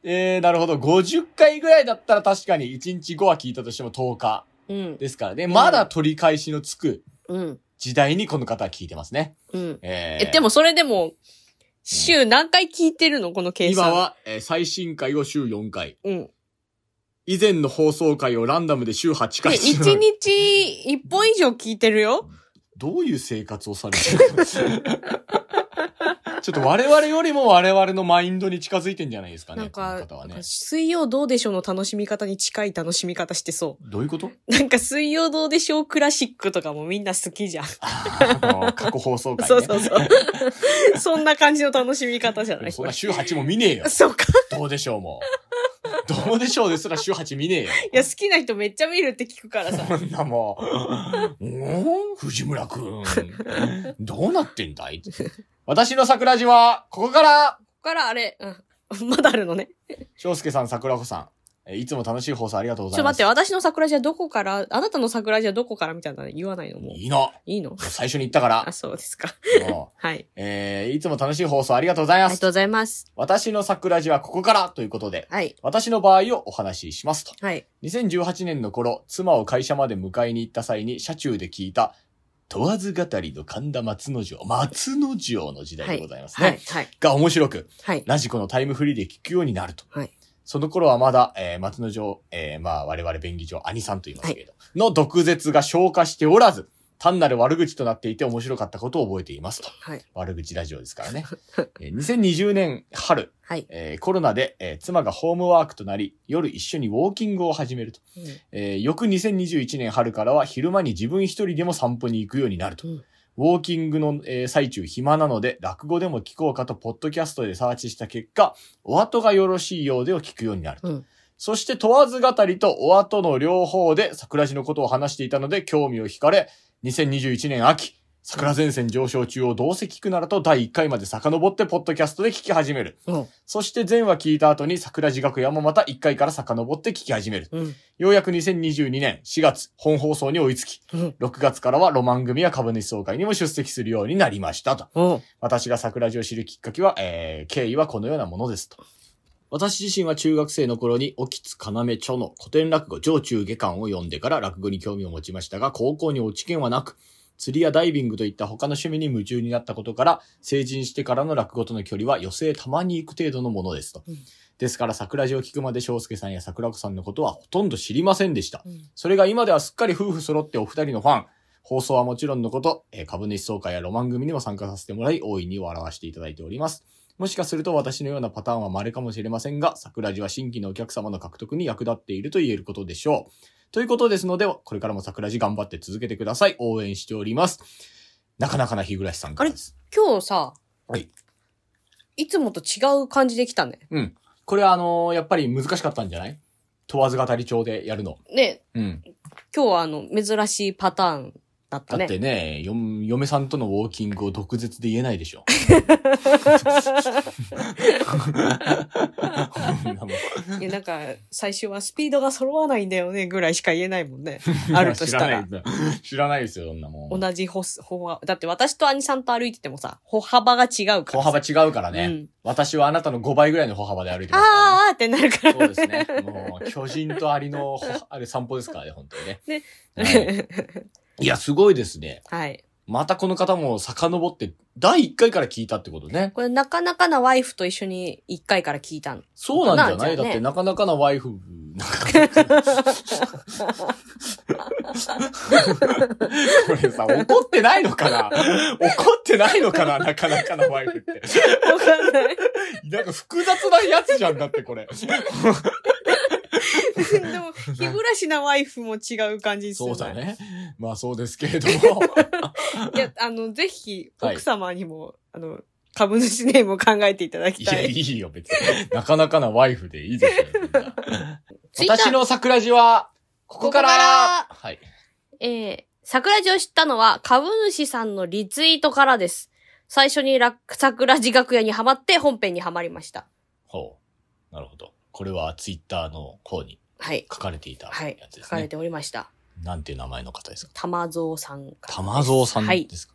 えー、なるほど。50回ぐらいだったら確かに1日5は聞いたとしても10日うん。ですからね。まだ取り返しのつくうん。時代にこの方は聞いてますね。うん。ええ、ー、でもそれでも、週何回聞いてるのこの計算。今。は、えー最新回を週4回。うん。以前の放送回をランダムで週8で、回。 1日1本以上聞いてるよ。 どういう生活をされてるんですかちょっと我々よりも我々のマインドに近づいてんじゃないですかね。なんか、この方はなんねか。水曜どうでしょうの楽しみ方に近い楽しみ方してそどういうこと う。なんか水曜どうでしょうクラシックとかもみんな好きじゃん。あの過去放送回、ね。そうそうそう。 そんな感じの楽しみ方じゃでなもい。そんな週8も見ねえ よそうか。どうでしょうもう。どうでしょうですら週8見ねえよ。 いや、好きな人めっちゃ見るって聞くから さ。こんなもう、おー藤村くん、どうなって んだい私の桜島は、ここからここからあれ、うん。まだあるのね。翔介さん、桜子さん、えいつも楽しい放送ありがとうごちょっとざいま待っす。て、私の桜地はどこから、あなたの桜地はどこからみたいなの言わないのもう。いいの。いいの最初に言ったかあ、ら。そうですか。 もうはい。えーいつも楽しい放送ありがとうござあいまりがすと。うございます。私の桜島はここからということで、はい。私の場合をお話ししますと。はい。 2018年の頃、妻を会社まで迎えに行った際に車中で聞いた、問わず語りの神田松之丞、松之丞の時代でございますね。はい。はい。が面白く、はい。ラジコのタイムフリーで聞くようになると。はいその頃はまだ、えー松之丞、えーまあ我々便宜上兄さんと言いますけれど、の毒舌が消化しておらず、単なる悪口となっていて面白かったことを覚えていますと。はい。悪口ラジオですか らね。えー2020年春、はい。えーコロナで、えー妻がホームワークとなり、夜一緒にウォーキングを始めると。うんえー翌2021年春からは昼間に自分一人でも散歩に行くようになると。うんウォーキングの、えー最中暇なので、落語でも聞こうかとポッドキャストでサーチした結果、お後がよろしいようでを聞くようになると。うんそして問わず語りとお後の両方で桜地のことを話していたので興味を惹かれ、2021年秋、桜前線上昇中をどうせ聞くならと第1回まで遡ってポッドキャストで聞き始める。うんそして前話聞いた後に桜地楽屋もまた1回から遡って聞き始める。うん。ようやく2022年4月、本放送に追いつき、うん6月からはロマン組や株主総会にも出席するようになりましたと。おう私が桜地を知るきっかけは、えー、経緯はこのようなものですと。私自身は中学生の頃に、沖津要著の古典落語上中下巻を読んでから落語に興味を持ちましたが、高校に落ち見はなく、釣りやダイビングといった他の趣味に夢中になったことから、成人してからの落語との距離は余生たまに行く程度のものですと。うんですから桜地を聞くまで翔介さんや桜子さんのことはほとんど知りませんでした。うんそれが今ではすっかり夫婦揃ってお二人のファン、放送はもちろんのこと、えー株主総会やロマン組にも参加させてもらい、大いに笑わせていただいております。もしかすると私のようなパターンは稀かもしれませんが、桜地は新規のお客様の獲得に役立っていると言えることでしょう。ということですので、これからも桜地頑張って続けてください。応援しております。なかなかな日暮らしさんからです。今日さ、はい。いつもと違う感じで来たね。うん。これはあのーやっぱり難しかったんじゃない問わず語り調でやるの。ね、うん。今日はあの、珍しいパターンだっただね。ってねね、よ嫁さんとのウォーキングを毒舌で言えない でしょ。そんなもんいやなんか、最初はスピードが揃わないんだよね、ぐらいしか言えないもん ね。あるとしたら。知らない。知らないですよ、そんなもん。同じ歩数、歩幅。だって私と兄さんと歩いててもさ、歩幅が違うからさ。歩幅違うからね、うん私はあなたの5倍ぐらいの歩幅で歩いてますから、ね。あーあーってなるから。そうですね。もう、巨人とアリの歩、あれ散歩ですからね、本当にね。ねはい、いや、すごいですね。 はい。またこの方も遡って、第1回から聞いたってことね。これなかなかなワイフと一緒に一回から聞いたの。そうなんじゃなないんじゃだねってなかなかなワイフ、 なかなかこれさ、怒ってないの かな怒ってないのかななかなかなワイフって。わかん ない。なんか複雑なやつじゃんだってこれ。でも、日暮らしなワイフも違う感じですよそうだ。ね。まあそうですけれど も。い や、あの、ぜひ、はい奥様にも、あの、株主ネームを考えていただいきたや、いい。いよ、別に。なかなかなワイフでいいですよみんな。 Twitter 私の桜地は、ここからここからはい。えー、桜地を知ったのは株主さんのリツイートからです。最初にら桜地楽屋にハマって本編にハマりました。ほう。なるほど。これはツイッターの方にはい。書かれていたやはい。つで書すかね。れておりました。なんていう名前の方ですか玉蔵さんから。玉蔵さんはいですか、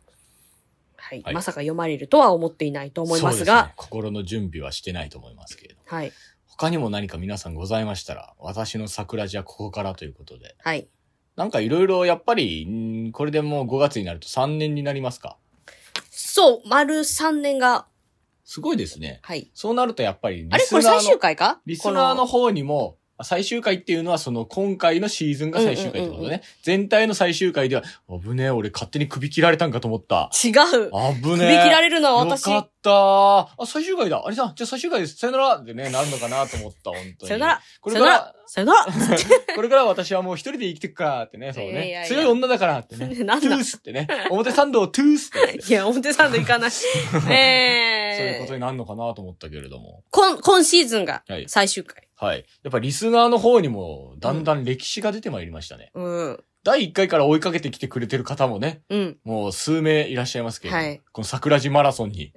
はい。はいまさか読まれるとは思っていないと思いますそうでがね、心の準備はしてないと思いますけれど。はい。他にも何か皆さんございましたら、私の桜地はここからということで。はい。なんかいろいろやっぱり、んーこれでもう5月になると3年になりますか。そう、丸3年が、すごいですね。はい。そうなるとやっぱりリあれスこナれーの、最終回かリスナーのこ方にも、あ最終回っていうのはその今回のシーズンが最終回ってこうとね。んうんうんう全体の最終回では、危ねえ、俺勝手に首切られたんかと思った。違う。危首切ねえ。られるのは私。よかったあ、最終回だ。あれさん、じゃあ最終回です。さよならでね、なるのかなと思った、本当に。さよなら。こされよかならら、さよならこれから私はもう一人で生きてくからってね、そうね。いやいやいや強い女だからって ね。なんだトゥースってね。表参道トゥースってね。いや、表参道行 かない。そういうこ えとー、になるのかなと思ったけれども。今、今シーズンがはい最終回。はい。やっぱリスナーの方にも、だんだん歴史が出てまいりましたね。うん。第1回から追いかけてきてくれてる方もね、うん。もう数名いらっしゃいますけれども、はいこの桜地マラソンに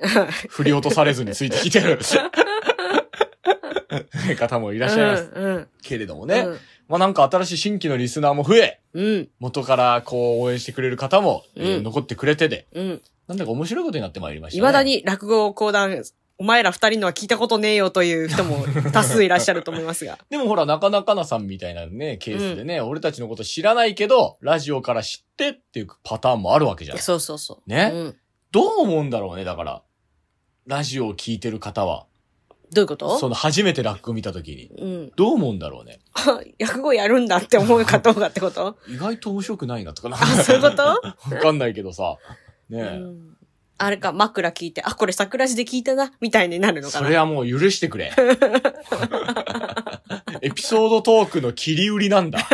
振り落とされずについてき てる方もいらっしゃいますうん。けれどもうん。ね。まあなんか新しい新規のリスナーも増え、うん。元からこう応援してくれる方も、えーうん残ってくれてで、うん。なんだか面白いことになってまいりましたね。いまだ。に落語を講談、お前ら二人のは聞いたことねえよという人も多数いらっしゃると思います が。でもほら、なかなかなさんみたいなね、ケースでね、俺たちのこと知らないけど、ラジオから知ってっていうパターンもあるわけじゃん。そうそうそう。ねうん。どう思うんだろうね、だから。ラジオを聞いてる方は。どういうことその初めてラック見た時に。うん。どう思うんだろうね。落語やるんだって思うかどうかってこと 意外と面白くないなとかな。あ、そういうこと、わかんないけどさ。 ねえ。うんあれか、枕聞いて、あ、これ桜地で聞いたな、みたいになるのかそな。れはもう許して くれ。エピソードトークの切り売りなんだ。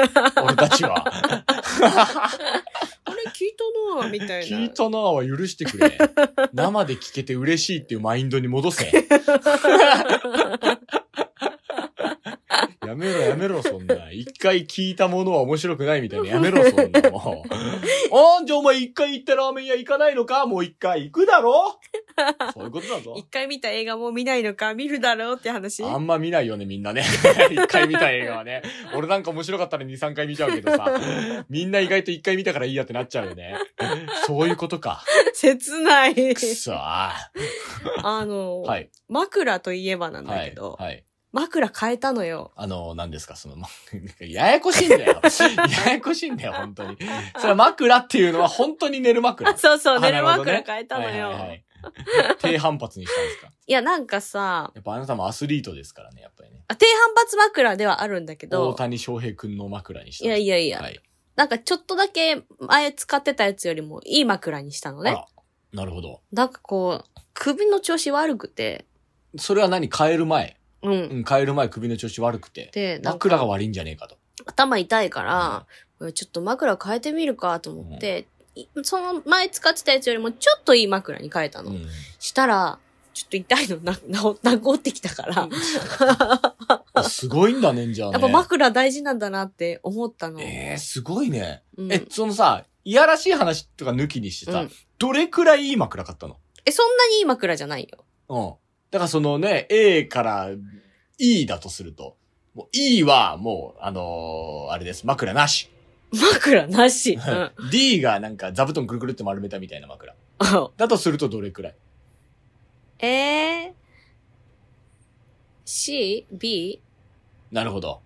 俺たちは。あれ聞いたなぁみたいな。聞いたなぁは許してくれ。生で聞けて嬉しいっていうマインド に戻せ。やめろやめろそんな。一回聞いたものは面白くないみたいな。やめろそんなもう。あんじゃあお前一回行ったラーメン屋行かないのかもう一回行くだ ろそういうことだぞ一。回見た映画もう見ないのか、見るだろうって話。あんま見ないよね、みんなね。一回見た映画はね。俺なんか面白かったら二、三回見ちゃうけどさ。みんな意外と一回見たからいいやってなっちゃうよね。そういうことか。 切ない。くそー。はあの、い。枕といえばなんだはけい。ど、はい。枕変えたのよ。あの、何ですか、その、まややこしいんだ よ。ややこしいんだよ、本当に。それは枕っていうのは本当に寝る枕。あ、 そうそう、あ寝なるるほど枕ね変えたのよ。はいいはいはい低反発にしたんですか。や、なんかさ、やっぱあなたもアスリートですからね、やっぱりね。あ低反発枕ではあるんだけ大ど、谷翔平くんの枕にしいたんやです。いやいや、はい。なんかちょっとだけ前使ってたやつよりもいい枕にしたのあね。ら、なるほど。なんかこう、首の調子悪くて、それは何変える前。うん。うん、変える前首の調子悪くて。で、なんか枕が悪いんじゃねえかと。頭痛いから、ちょっと枕変えてみるかと思って、いその前使ってたやつよりもちょっといい枕に変えたうの。ん。したら、ちょっと痛いのな、 治治ってきたから、あすごいんだね、じゃあ、ね。やっぱ枕大事なんだなって思ったの。えー、すごいね。うんえ、そのさ、いやらしい話とか抜きにしてさ、うんどれくらいいい枕買ったのえ、そんなにいい枕じゃないよ。 うん。だからそのね、A から E だとすると、もう E はもう、あのーあれです、枕なし。枕なし。うん D がなんか座布団くるくるって丸めたみたいな枕。あだとするとどれくらいえー、C? B? なるほど。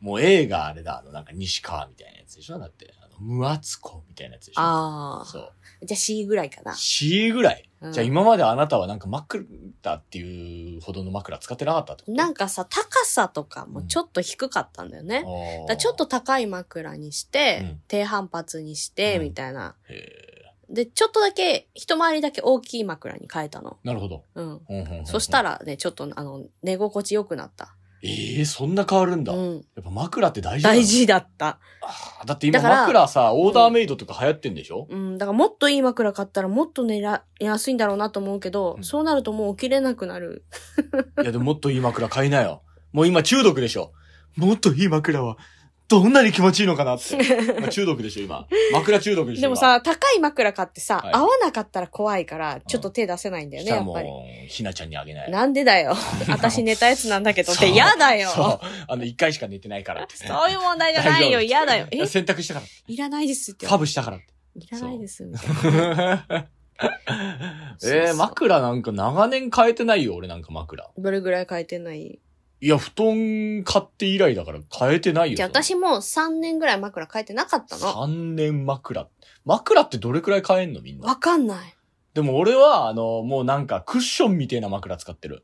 もう A があれだ、あの、なんか西川みたいなやつでしょだって、あの、無厚子みたいなやつでしょあそう。あ。じゃあ C ぐらいかな。 C ぐらい。うんじゃあ今まであなたはなんか枕だっていうほどの枕使ってなかったってことなんかさ、高さとかもちょっと低かったんだよね。だからちょっと高い枕にして、うん低反発にして、うんみたいな。あー。へで、ちょっとだけ、一回りだけ大きい枕に変えたの。ーなるほど。うん。うんうんうんうんそした。らね、ちょっと、あの、寝心地良くなった。ええそんな変わるんだ。うやん。っぱ枕って大事だな大。事だった。あーだって今だから枕さ、オーダーメイドとか流行ってんでしょ、うん。だからもっといい枕買ったらもっと寝ら、寝やすいんだろうなと思うけど、うんそうなるともう起きれなくなる。いやでももっといい枕買いなよ。もう今中毒でしょ。もっといい枕は、どんなに気持ちいいのかなって。まあ中毒でしょ、今。枕中毒でしょ。でもさ、高い枕買ってさ、はい合わなかったら怖いから、ちょっと手出せないんだよね、や今、したらっもぱり。う、ひなちゃんにあげない。なんでだ よ。私寝たやつなんだけどっそてう嫌だよ。そう。あの、一回しか寝てないからって。そういう問題じゃないよ。大丈夫嫌だよ。え、洗濯したから。いらないですってカ。ブしたからって。いらないです。みたいなそうえー、枕なんか長年変えてないよ、俺なんか枕。どれぐらい変えてないいや、布団買って以来だから変えてないよ。じゃあ私も3年ぐらい枕変えてなかったの。 3年枕。枕ってどれくらい変えんのみんな。わかんない。でも俺は、あの、もうなんかクッションみたいな枕使ってる。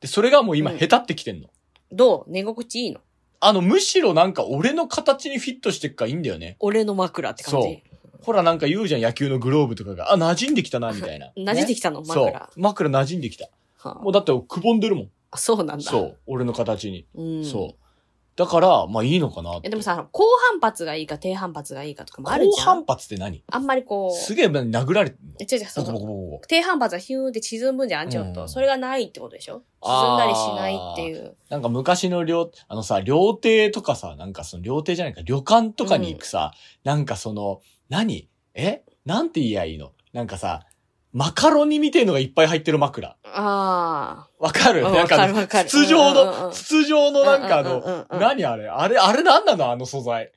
で、それがもう今うん下手ってきてんの。どう寝心地いいのあの、むしろなんか俺の形にフィットしてっからいいんだよね。俺の枕って感じ。。ほらなんか言うじゃん、野球のグローブとかが。あ、馴染んできたな、みたいな 馴染んできたのね枕そう。枕馴染んできた。はあもうだってくぼんでるもん。あそうなんだ。そう。俺の形に。うん。そう。だから、まあいいのかなってえでもさ、高反発がいいか低反発がいいかとかもある高じゃ反ん。発って何あんまりこすう、げえ殴られてんのえ違う違う、そボコボのコボコボコ。低反発はヒューンって沈むじゃん、ちょっうと。んそれがないってことでしょ沈んあだーりしないっていう。なんか昔の料、あのさ、料亭とかさ、なんかその料亭じゃないか、旅館とかに行くさ、なんかその、何えなんて言えばいいのなんかさ、マカロニみてえのがいっぱい入ってる枕。あわかるあ。なんわかかるわかる筒状うんうんうの、ん筒状のなんかあうんうんうんの、うん何あれあれ、あれなんなのあの素材。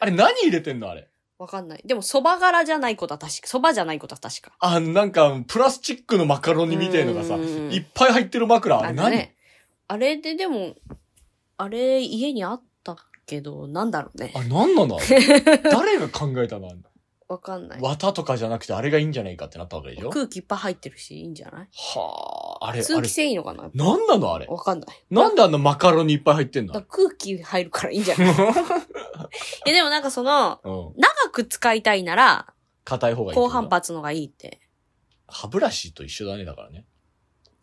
あれ何入れてんのあれ。あ。わかんない。でも、蕎麦柄じゃないことは確か、蕎麦じゃないことは確か。あの、なんか、プラスチックのマカロニみたいのがさ、うんうんうんいっぱい入ってる枕、ああれれ何、ね。あれででも、あれ家にあったけど、なんだろうねあ。れ何なの誰が考えたのわかんない。綿とかじゃなくてあれがいいんじゃないかってなったわけでしょ空気いっぱい入ってるし、いいんじゃないはあ、あれ、あ通れ気、性いいのかな何なのあれ。わかんない。なんであんなマカロニいっぱい入ってんのだから空気入るからいいんじゃない え、でもなんかその、うん。長く使いたいなら、硬い方がいい。高反。発のがいいって。歯ブラシと一緒だね、だからね。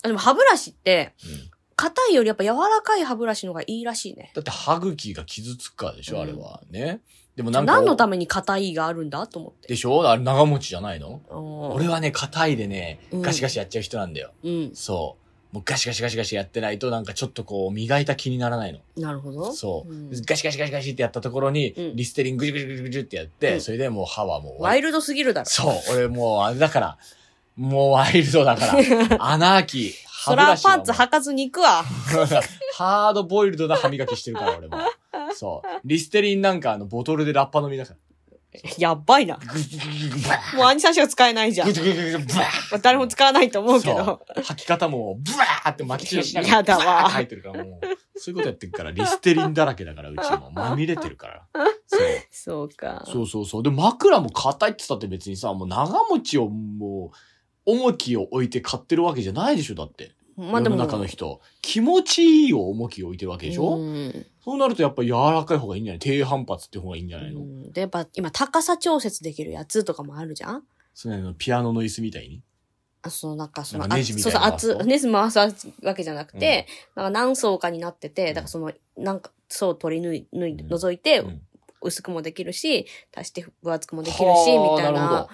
あでも歯ブラシって、うん。硬いよりやっぱ柔らかい歯ブラシのがいいらしいね。だって歯茎が傷つくからでしょ、うんあれは。ね。でもなんか。何のために硬いがあるんだと思って。でしょあれ長持ちじゃないの、俺俺はね、硬いでね、うんガシガシやっちゃう人なんだよ。うん。そう。もうガシガシガシガシやってないと、なんかちょっとこう、磨いた気にならないの。なるほど。そう。うんガシガシガシガシってやったところに、うんリステリングジュグジュグジュグジュってやっうて、んそれでもう歯はもう終わワり。イルドすぎるだろ。そう、俺もう、あれだから、もうワイルド だから、アナーキー、そ歯ブラらシパはンもうツ履かずに行くわ。 ハードボイルドな歯磨きしてるから、俺も。そう。リステリンなんかあの、ボトルでラッパ飲みだかやっばいな。ら。グジュグジュグジュバーもうアニサしか使えないじゃん グ。ジュグジュグジュバーまあ誰も使わないと思うけど。そう吐き方も、ブワーって巻き散らしながら、やだわブワーって入ってるから、もう、そういうことやってるから、リステリンだらけだから、うちも。まみれてるから。そう。そうか。そうそうそう。で、枕も硬いって言ったって別にさ、もう長持ちをもう、重きを置いて買ってるわけじゃないでしょ、だって。まあでも。世の中の人。気持ちいいを重きを置いてるわけでしょ、うんそうなるとやっぱ柔らかい方がいいんじゃない低反発って方がいいんじゃないの、うんで、やっぱ今高さ調節できるやつとかもあるじゃんそのピアノの椅子みたいに。あそのなんかそのなんかネジみたいなのあそうそう回すと圧ネジ回すわけじゃなくて、なんか何層かになってて、だからそのなんか層を取り抜い抜いうん除いて、うん薄くもできるし足して分厚くもできるしはみあたいなるほなど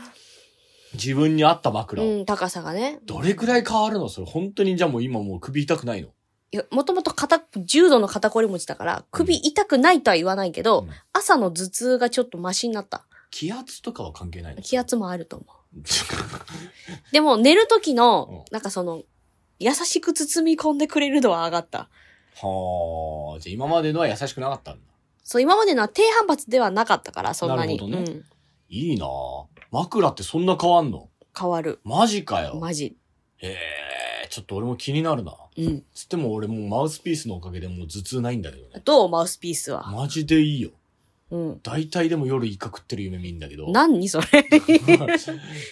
自分に合った枕を。うん、高さがね。どれくらい変わるのそれ本当にじゃあもう今もう首痛くないのいや、もともと肩、重度の肩こり持ちだから、首痛くないとは言わないけど、うん朝の頭痛がちょっとマシになった。気圧とかは関係ないの気。 圧もあると思う。でも、寝る時の、なんかその、優しく包み込んでくれる度は上がった。はあ。じゃあ今までのは優しくなかったんだ。そう、今までのは低反発ではなかったから、そんなに。なるほどねうん。いいなあ枕ってそんな変わんの変わる。マジかよ。マジ。ええちょっと俺も気になるな。うん。つっても俺もうマウスピースのおかげでもう頭痛ないんだけどね。どうマウスピースは。マジでいいよ。うん。大体でも夜イカ食ってる夢見んだけど。何それ。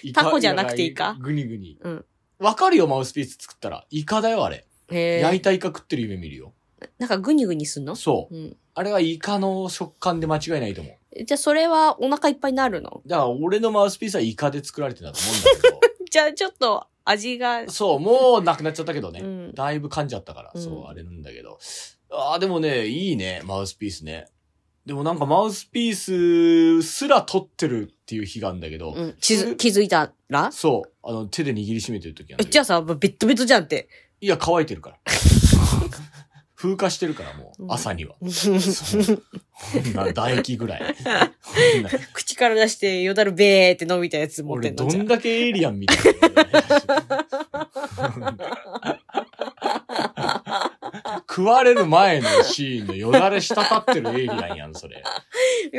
イタコじゃなくてイカぐにぐに。うんわかるよ、マウスピース作ったら。イカだよ、あれ。へ焼いえ。たイカ食ってる夢見るよ。なんかグニグニすんのそう。うん。あれはイカの食感で間違いないと思う。じゃあそれはお腹いっぱいになるのだから俺のマウスピースはイカで作られてたと思うんだけじゃあちょっと味が ど。、そう、もうなくなっちゃったけどね。うんだいぶ噛んじゃったから、うんそう、あれなんだけど。ああ、でもね、いいね、マウスピースね。でもなんかマウスピースすら取ってるっていう日があるんだけど、うん、気づ気づいたらそう、あの手で握りしめてる時なんえだけどじゃあさ、ベッドベッドじゃんって。いや、乾いてるから。 風化してるから、もうう、ん朝には。そうこんな唾液ぐら い。こんな口から出してよだるべーって伸びたやつ持ってん俺、のどじゃんんだけエイリアンみたい な。食われる前のシーンでよだれ滴ってるエイリアンやん、それ。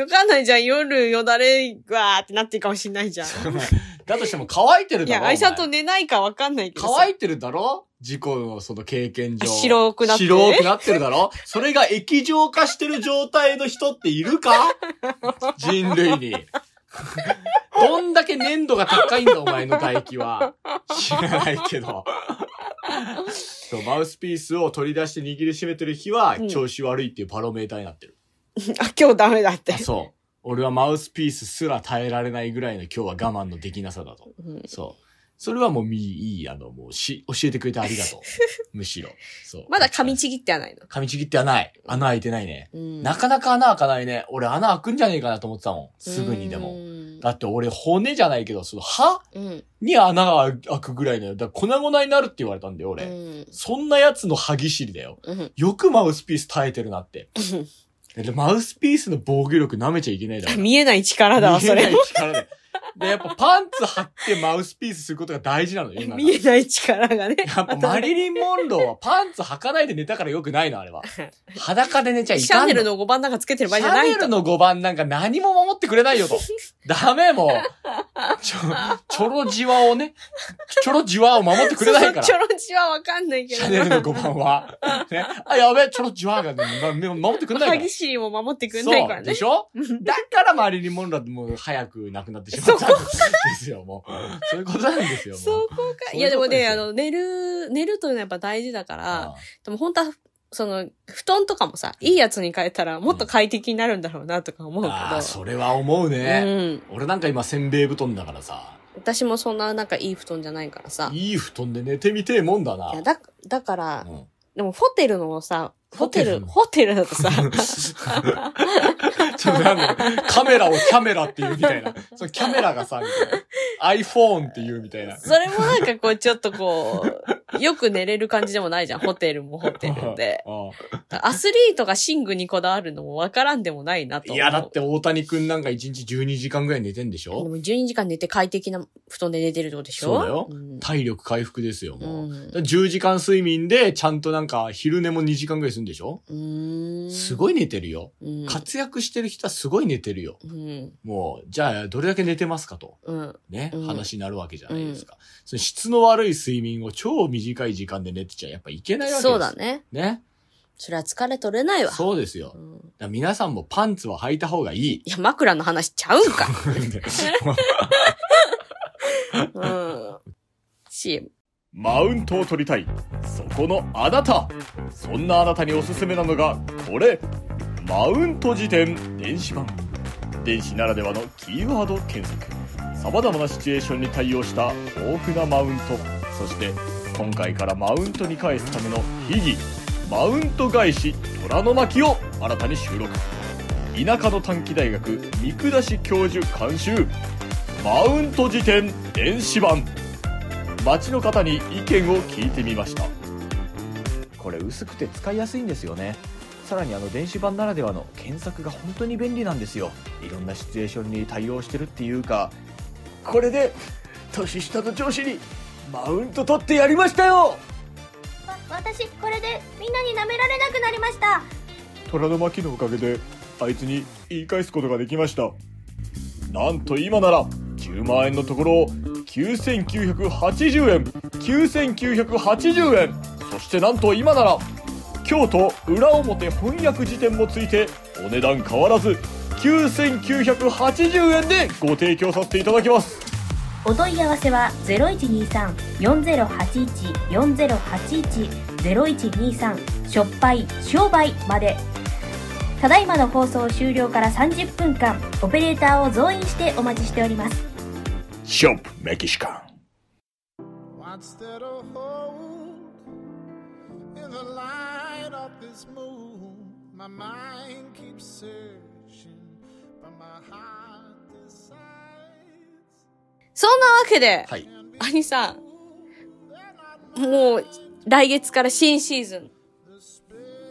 わかんないじゃん。夜よだれわーってなってるかもしんないじゃん。だとしても乾いてるいだや、ろ。愛さんおと前寝ないかわかんないけどさ。乾いてるだろ事故のその経験上。白くなってる白くなってるだろそれが液状化してる状態の人ってい るか人類に。どんだけ粘度が高いんだ、お前の唾液は。知らないけど。そう、マウスピースを取り出して握りしめてる日はうん、調子悪いっていうパロメーターになってる。あ、今日ダメだってあ、。そう。俺はマウスピースすら耐えられないぐらいの今日は我慢のできなさだと。うんそう。それはもうみいい、あの、もうし、教えてくれてありがとう。むしろ。そう。まだ噛みちぎってはないの。噛みちぎってはない。穴開いてないね。うんなかなか穴開かないね。俺穴開くんじゃねえかなと思ってたもん。すぐにでうも。んだって俺骨じゃないけど、その歯うん。に穴が開くぐらいのよ。だから粉々になるって言われたんだよ、う俺。ん。そんなやつの歯ぎしりだよ。うん。よくマウスピース耐えてるなって。でマウスピースの防御力舐めちゃいけないだろ。見えない力だわ、そ見れえな。い力で。で、やっぱパンツ張ってマウスピースすることが大事なのよ、今の見えない力がね。やっぱマリリン・モンローはパンツ履かないで寝たからよくないの、あれは。裸で寝ちゃいシャかんの。ンネルの5番なんかつけてる場合シじゃなャいネとル。の5番なんか何も守ってくれないよと。ダメもう。ちょ、ちょろじわをね。ちょろじわを守ってくれないから。ちょシろちはわかんないけど。ャネルの5番は。ね。あ、やべえ、ちょろじわが、ね、ま守ってくれないか歯らぎ。しりも守ってくれないからそう、でね。しょだからマリリン・モンローってもう早く亡くなってしまったんですよ、もう。そういうことなんですよ、もう。そこか。そいういうことやでもでね、すあよの、寝る、寝るというのはやっぱ大事だかあら、でも本当は、その、布団とかもさ、いいやつに変えたらもっと快適になるんだろうなとか思うけど。あー、それは思うね。うん。俺なんか今せんべい布団だからさ、私もそんななんかいい布団じゃないからさ。いい布団で寝てみてえもんだな。いや、だ、だからう、ん でもホテルのさ、ホテル、ホホテルだとさ、 ちょっとなんだろうカメラをキャメラって言うみたいな。そのキャメラがさ、みたいな。iPhone って言うみたいな。それもなんかこう、ちょっとこう、よく寝れる感じでもないじゃん、ホテルもホテル で。うアスリートが寝具にこだわるのもわからんでもないなとん思う。いや、だって大谷くんなんか1日12時間ぐらい寝てんでしでょも12時間寝て快適な布団で寝てるってことでしょそうだよん体力回復ですよ、もうう。ん10時間睡眠で、ちゃんとなんか昼寝も2時間ぐらいするんでしょうーん。すごい寝てるよ。うん。活躍してる人はすごい寝てるよ。うん。もう、じゃあ、どれだけ寝てますかと。うん。ね、うん話になるわけじゃないですか。その質の悪い睡眠を超短い時間で寝てちゃやっぱいけないわけですそうだ。ね。ね。それは疲れ取れないわ。そうですよ。うだかんら皆さんもパンツは履いた方が いい。いや、枕の話ちゃうん か。うん。CM。マウントを取りたい。そこのあなた。そんなあなたにおすすめなのが、これ。マウント辞典電子版。電子ならではのキーワード検索。様々なシチュエーションに対応した豊富なマウント。そして、今回からマウントに返すための秘技。マウント返し虎の巻を新たに収録。田舎の短期大学三下し教授監修。マウント辞典電子版街の方に意見を聞いてみましたこれ薄くて使いやすいんですよねさらにあの電子版ならではの検索が本当に便利なんですよいろんなシチュエーションに対応してるっていうかこれで年下の上司にマウント取ってやりましたよわ私これでみんなに舐められなくなりました虎の巻のおかげであいつに言い返すことができましたなんと今なら10万円のところを9980円9980円そしてなんと今なら京都裏表翻訳辞典もついてお値段変わらず9980円でご提供させていただきますお問い合わせは0123-4081-4081-0123しょっぱい商売までただいまの放送終了から30分間オペレーターを増員してお待ちしております Shop Mexican. What's there to hold in the light of this moon? My mind keeps searching, but my heart decides. そんなわけで、はい兄さん、もう来月から新シーズ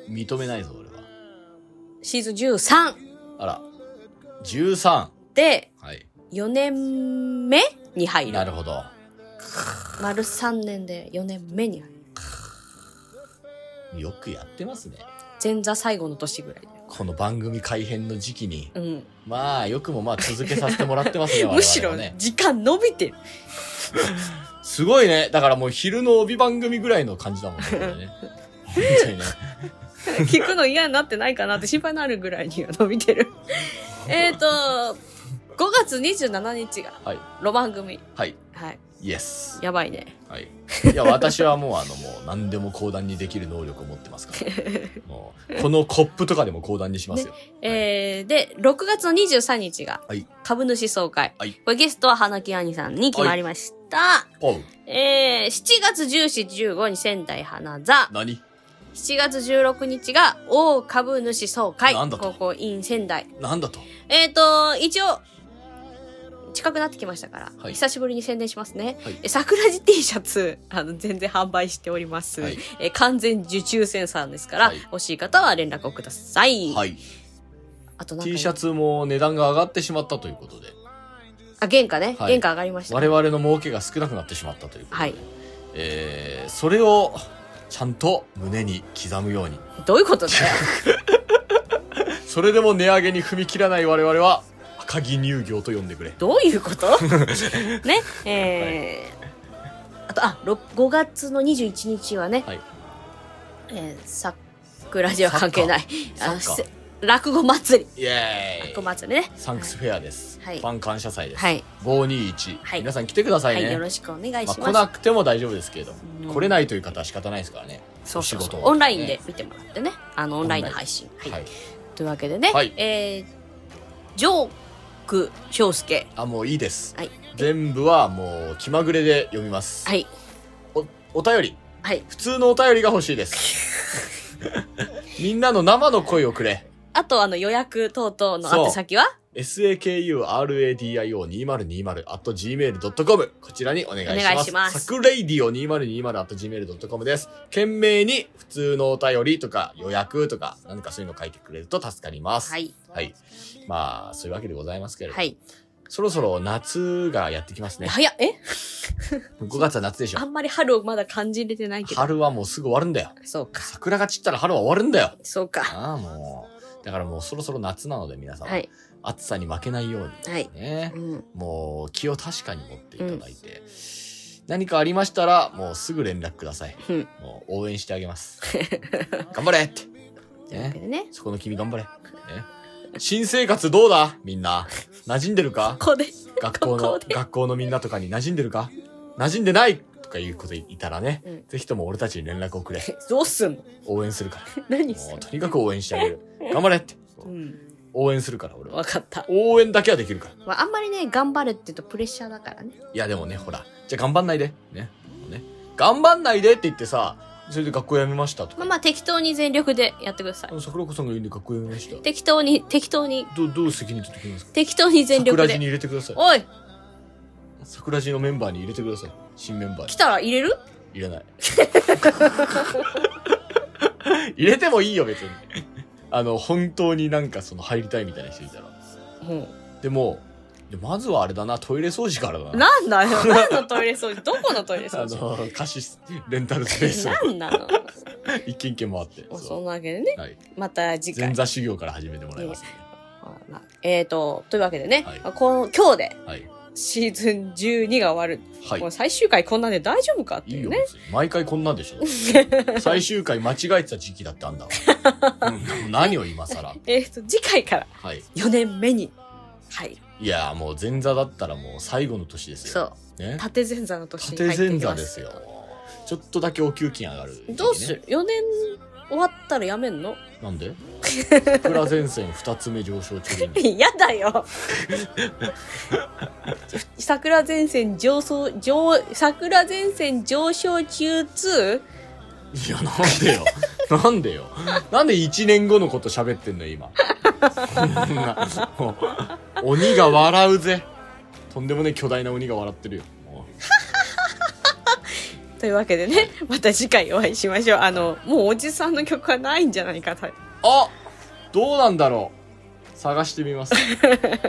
ン、認めないぞ俺はシーズン13あら13ではい4年目に入なる。るほど丸3年で4年目に入る。よくやってますね前座最後の年ぐらいこの番組改編の時期にで。うん。まあよくもまあ続けさせてもらってます ねむしろ我々はね時間伸びてる。すごいねだからもう昼の帯番組ぐらいの感じだもんねこれね本当にね聞くの嫌になってないかなって心配になるぐらいには伸び てる。えっと、5月27日が、はいロマン組。はいはい。イエスやばいね。はいいや私はもうあのもう何でも講談にできる能力を持ってますから もうこのコップとかでも講談にしますよ、えー、で、6月の23日がはい、株主総会。はいこれゲストは花木兄さんに決まりました。おうえー、7月14、15に仙台花座。何7月16日が大株主総会。なんだと高校 in 仙台。なんだとえっ、ー、と、一応、近くなってきましたから、はい久しぶりに宣伝しますね。はいえ桜地 T シャツ、あの、全然販売しております。はいえ完全受注生産ですから、はい欲しい方は連絡をください。はいあとなんか T シャツも値段が上がってしまったということであ、原価ね。はい原価上がりました。我々の儲けが少なくなってしまったということで、はい。えー、それをちゃんと胸に刻むようにどういうことだ よ。それでも値上げに踏み切らない我々は赤木乳業と呼んでくれどういう ことね。えーあと、あ、ろ5月の21日はね、はいえー、桜地は関係ない。サッカーあサッカーせ落語祭り。イエ落語ーイ祭りね。サンクスフェアです、はいファン感謝祭です、はい。 521、はい皆さん来てくださいはね、い、よろしくお願いします。まあ、来なくても大丈夫ですけれども、うん来れないという方は仕方ないですからねそうそうお仕そ事うはオンラインで見てもらってね。あの、オンラインの配信。は。はいい、というわけでね、はいえー、ジョーク翔介。あもういいです、はい全部はもう気まぐれで読みます、はい。おお便りはい。普通のお便りが欲しいです みんなの生の声をくれあと、あの、予約等々の宛先は sakuradio2020.gmail.com こちらにお願いします。お願いしますサクレイディオ 2020.gmail.com です。懸命に普通のお便りとか予約とか何かそういうの書いてくれると助かります。は。い。はい。まあ、そういうわけでございますけれども。はい。そろそろ夏がやってきますね。早っえ5月は夏でしょあ。んまり春をまだ感じれてないけど。春はもうすぐ終わるんだよ。そうか。桜が散ったら春は終わるんだよ。そうか。ああ、もう。だからもうそろそろ夏なので皆さん、はい。暑さに負けないようはい。に。ね。うん。もう気を確かに持っていただいて、何かありましたら、もうすぐ連絡ください。うんもう応援してあ げます。頑張れって。というわけでね、ね。そこの君頑張れ。ね、新生活どうだみんな。馴染んで るかここで。学校ここの、で学校のみんなとかに馴染んでるか馴染んでないとかいうこといたらね、うんぜひとも俺たちに連絡をくれ。どうすんの 応援するから。何すもんうとにかく応援してあげる。頑張れって。のうん。応援するから俺はわ。かった。応援だけはできるから。まあ、あんまりね、頑張れって言うとプレッシャーだからね。いやでもね、ほら、じゃあ頑張んないで。ね。ね頑張んないでって言ってさ、それで学校辞めましたとまか。あまあ適当に全力でやってくださいあ。の桜子さんが言うんで学校辞めました。適当に、適当に、どう、どう責任取ってきますか適当に全力桜地にで。入れてください。おい桜地のメンバーに入れてください。新メンバーに来。たら入れる入 れない。入れてもいいよ、別に。あの、本当になんかその入りたいみたいな人いたら。でも、でまずはあれだな、トイレ掃除からだな。なん だよ。何のトイレ掃除どこのトイレあ掃除の、貸し、レンタルスペースを何なの一軒一軒回って。まあそうそんなわけでね。はい。また次前回。座修行から始めてもらいますね、まあえーと、というわけでね、はいまあこの今日ではい。シーズン12が終わる。はいもう。最終回こんなんで大丈夫かっていいいうよ、ね。別に毎回こんなんでし ょ。最終回間違えてた時期だってあんだわ。うん何を今更。えーと、次回からはい。 4年目に入る。いやーもう前座だったらもう最後の年ですよ。。そうね。縦前座の年に縦入ってき前ます。座ですよ。ちょっとだけお給金上がる、どうする ?4 年終わったらやめんのなんで桜前線二つ目上昇中でいいんだ やだよ桜前線上昇、上、桜前線上昇中 2? いや、なんでよ。なんでよ。なんで一年後のこと喋ってんのよ、今。 そんなもう鬼が笑うぜ。とんでもねえ巨大な鬼が笑ってるよ。もうというわけでね、 また次回お会いしましょう。あの、もうおじさんの曲はないんじゃないかと。あどうなんだろう。探してみます。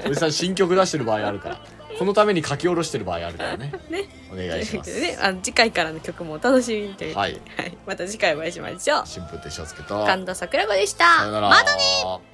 おじさん、新曲出してる場合あるから。このために書き下ろしてる場合あるからね。ねお願いしまというわけ でねす。あの、次回からの曲もお楽しみにという。はい。はい。また次回お会いしましょう。新聞手帳つけと。神田桜子でした。さよなら。またねね